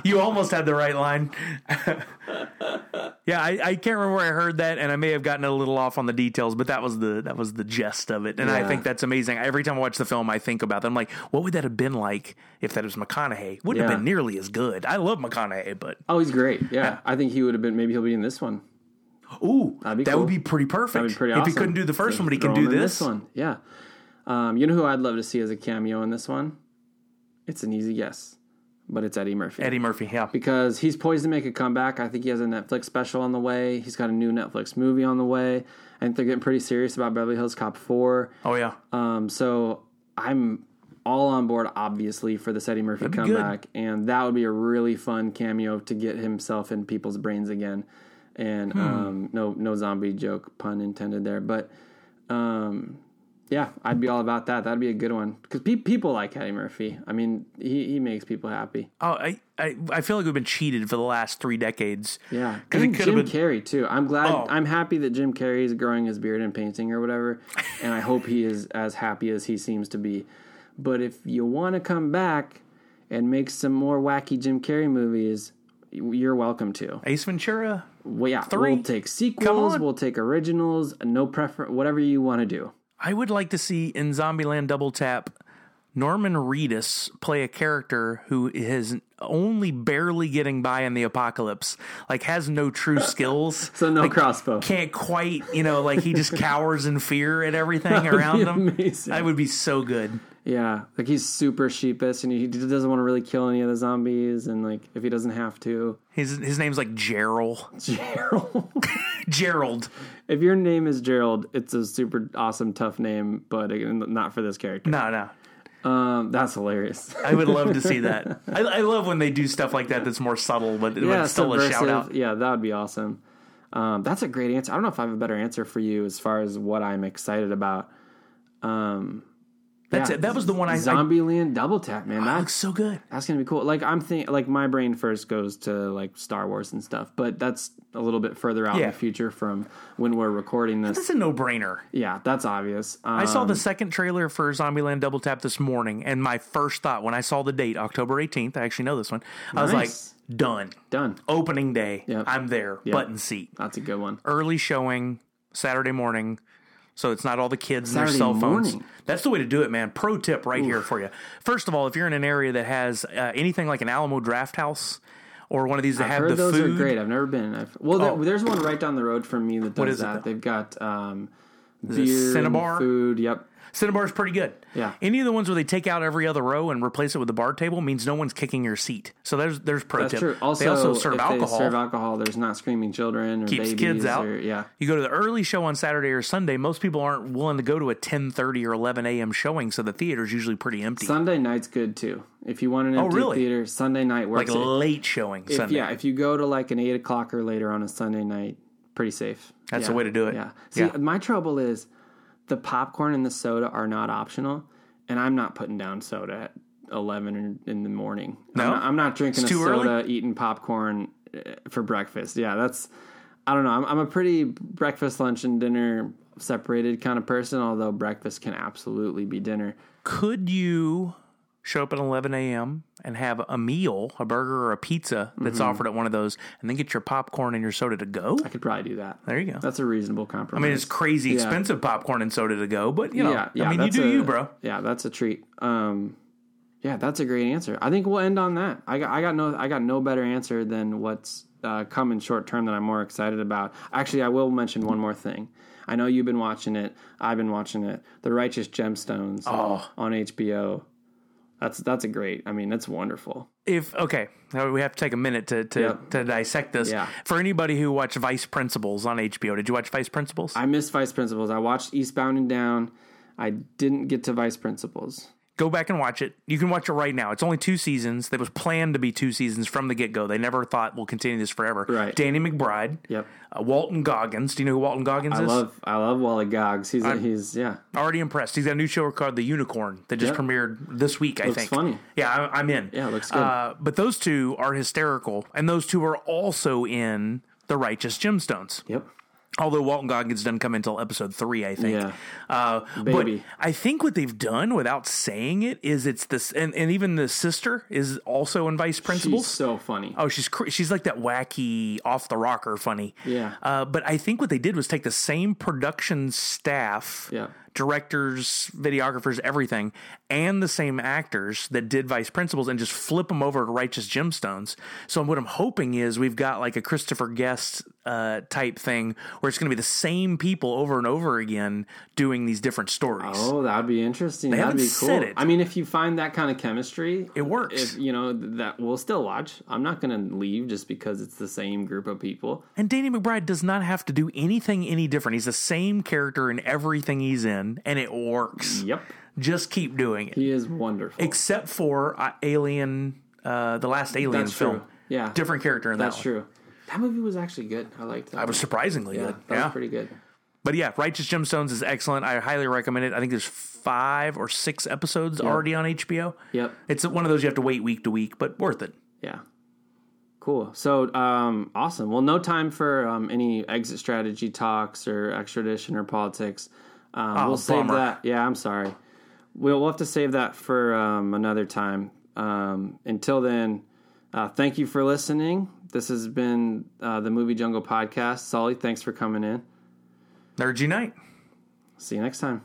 you almost had the right line. yeah, I, I can't remember where I heard that, and I may have gotten a little off on the details, but that was the that was the gist of it, and I Yeah. think that's amazing. Every time I watch the film, I think about that. I'm like, what would that have been like if that was McConaughey? Wouldn't Yeah. have been nearly as good. I love McConaughey, but Oh, he's great. Yeah, I think he would have been. Maybe he'll be in this one. ooh, be that cool. would be pretty perfect. That'd be pretty if awesome. he couldn't do the first So one, but he can throw do him in this. one. Yeah. Um, you know who I'd love to see as a cameo in this one? It's an easy guess. but it's Eddie Murphy. Eddie Murphy, yeah. because he's poised to make a comeback. I think he has a Netflix special on the way. He's got a new Netflix movie on the way. I think they're getting pretty serious about Beverly Hills Cop 4. Oh yeah. Um, so I'm all on board, obviously, for this Eddie Murphy be good. comeback. And that would be a really fun cameo to get himself in people's brains again. And Hmm. um, no, no zombie joke, pun intended there. But um, yeah, I'd be all about that. That'd be a good one because pe- people like Eddie Murphy. I mean, he, he makes people happy. Oh, I, I I feel like we've been cheated for the last three decades. Yeah, 'Cause it and could've Jim been- Carrey too. I'm glad. Oh. I'm happy that Jim Carrey is growing his beard and painting or whatever, and I hope he is as happy as he seems to be. But if you want to come back and make some more wacky Jim Carrey movies, you're welcome to. Ace Ventura. Well, yeah, we Three. we'll take sequels. on. We'll take originals. No preference. Whatever you want to do. I would like to see in Zombieland Double Tap Norman Reedus play a character who is only barely getting by in the apocalypse, like has no true skills, So no crossbow. can't quite, you know, like he just cowers in fear at everything around him. amazing. That would be so good. Yeah, like he's super sheepish and he doesn't want to really kill any of the zombies. And like if he doesn't have to, His his name's like Gerald. Gerald. Gerald. If your name is Gerald, it's a super awesome, tough name, but again, not for this character. No, no. Um, that's hilarious. I would love to see that. I, I love when they do stuff like that that's more subtle, but, but it's still a shout out. Yeah, that would be awesome. Um, that's a great answer. I don't know if I have a better answer for you as far as what I'm excited about. Um, That's yeah. it. That was the one I, I Zombieland Double Tap, man. looks That's so good. that's gonna be cool. Like I'm think like my brain first goes to like Star Wars and stuff, but that's a little bit further out Yeah. in the future from when we're recording this. That's a no brainer. yeah, that's obvious. Um, I saw the second trailer for Zombieland Double Tap this morning, and my first thought when I saw the date, October 18th, I actually know this one, I was Nice. like, done. done. Opening day, Yep. I'm there, button seat. That's a good one. Early showing, Saturday morning, so it's not all the kids and their Saturday cell phones. morning. That's the way to do it, man. Pro tip right here for you. First of all, if you're in an area that has uh, anything like an Alamo Draft House or one of these that have heard the those food, Oh. are great. I've never been. I've, well, there- there's one right down the road from me that does is it, that. though? They've got um, it beer, Cinnabar? Cinnabar? food. Yep. Cinnabar's pretty good. Yeah. Any of the ones where they take out every other row and replace it with a bar table means no one's kicking your seat. So there's there's pro That's tip. true. Also, they also serve if alcohol. They serve alcohol. There's not screaming children or keeps babies kids out. Or, yeah. You go to the early show on Saturday or Sunday. Most people aren't willing to go to a 10:30 or 11 a.m. showing, so the theater's usually pretty empty. Sunday night's good too. If you want an empty Oh, really? theater, Sunday night like works. it. late showing if, Sunday. yeah, if you go to like an eight o'clock or later on a Sunday night, pretty safe. That's yeah. the way to do it. Yeah. See, Yeah. my trouble is the popcorn and the soda are not optional, and I'm not putting down soda at 11 in- in the morning. No? I'm not, I'm not drinking It's a too soda, eating popcorn eh, for breakfast. Yeah, that's I don't know. I'm, I'm a pretty breakfast, lunch, and dinner separated kind of person. Although breakfast can absolutely be dinner. Could you show up at 11 a.m. and have a meal, a burger or a pizza that's offered at one of those, and then get your popcorn and your soda to go? Mm-hmm. I could probably do that. There you go. That's a reasonable compromise. I mean, it's crazy expensive popcorn and soda to go, but you know, yeah, yeah. Oh, I mean, you that's do a- you, bro. Yeah, that's a treat. Um, yeah, that's a great answer. I think we'll end on that. I got, I got no, I got no better answer than what's uh, coming short term that I'm more excited about. Actually, I will mention one more thing. I know you've been watching it. I've been watching it. The Righteous Gemstones Oh. on HBO. That's that's a great. I mean, that's wonderful. If okay, now we have to take a minute to to, Yep. to dissect this. Yeah. For anybody who watched Vice Principals on HBO, did you watch Vice Principals? I missed Vice Principals. I watched Eastbound and Down. I didn't get to Vice Principals. go back and watch it. You can watch it right now. It's only two seasons. That was planned to be two seasons from the get go. They never thought we'll continue this forever. Right. Danny McBride. Yep. Uh, Walton Goggins. Do you know who Walton Goggins I is? love I love Wally Goggs. He's he's yeah. Already impressed. He's got a new show called The Unicorn that just Yep. premiered this week. I Looks think. funny. Yeah, I, I'm in. Yeah, looks good. Uh, but those two are hysterical, and those two are also in The Righteous Gemstones. Yep. Although Walton Goggins doesn't come until episode three, I think. Yeah. Uh, but Baby. I think what they've done without saying it is it's this, and, and even the sister is also in Vice Principals. She's so funny. Oh, she's cr- she's like that wacky off the rocker funny. Yeah. Uh, but I think what they did was take the same production staff. Yeah. directors, videographers, everything, and the same actors that did Vice Principals and just flip them over to Righteous Gemstones. So what I'm hoping is we've got like a Christopher Guest uh, type thing where it's going to be the same people over and over again doing these different stories. Oh, that'd be interesting. that'd haven't be cool. said it. I mean, if you find that kind of chemistry, It works. If you know that, we'll still watch. I'm not going to leave just because it's the same group of people. And Danny McBride does not have to do anything any different. He's the same character in everything he's in, and it works. Yep, Just keep doing it. he is wonderful. Except for uh, Alien, uh, the last Alien That's film. true. Yeah. Different character in That's that one. true. That movie was actually good. I liked that. That was surprisingly yeah, good. that yeah. was pretty good. But yeah, Righteous Gemstones is excellent. I highly recommend it. I think there's five or six episodes already on HBO. Yep. It's one of those you have to wait week to week, but worth it. Yeah. Cool. So um, awesome. Well, no time for um, any exit strategy talks or extradition or politics. Um, we'll save bummer. that. Yeah, I'm sorry. We'll, we'll have to save that for um, another time. Um, until then, uh, thank you for listening. This has been uh, the Movie Jungle Podcast. Solly, thanks for coming in. Nerdy Night. See you next time.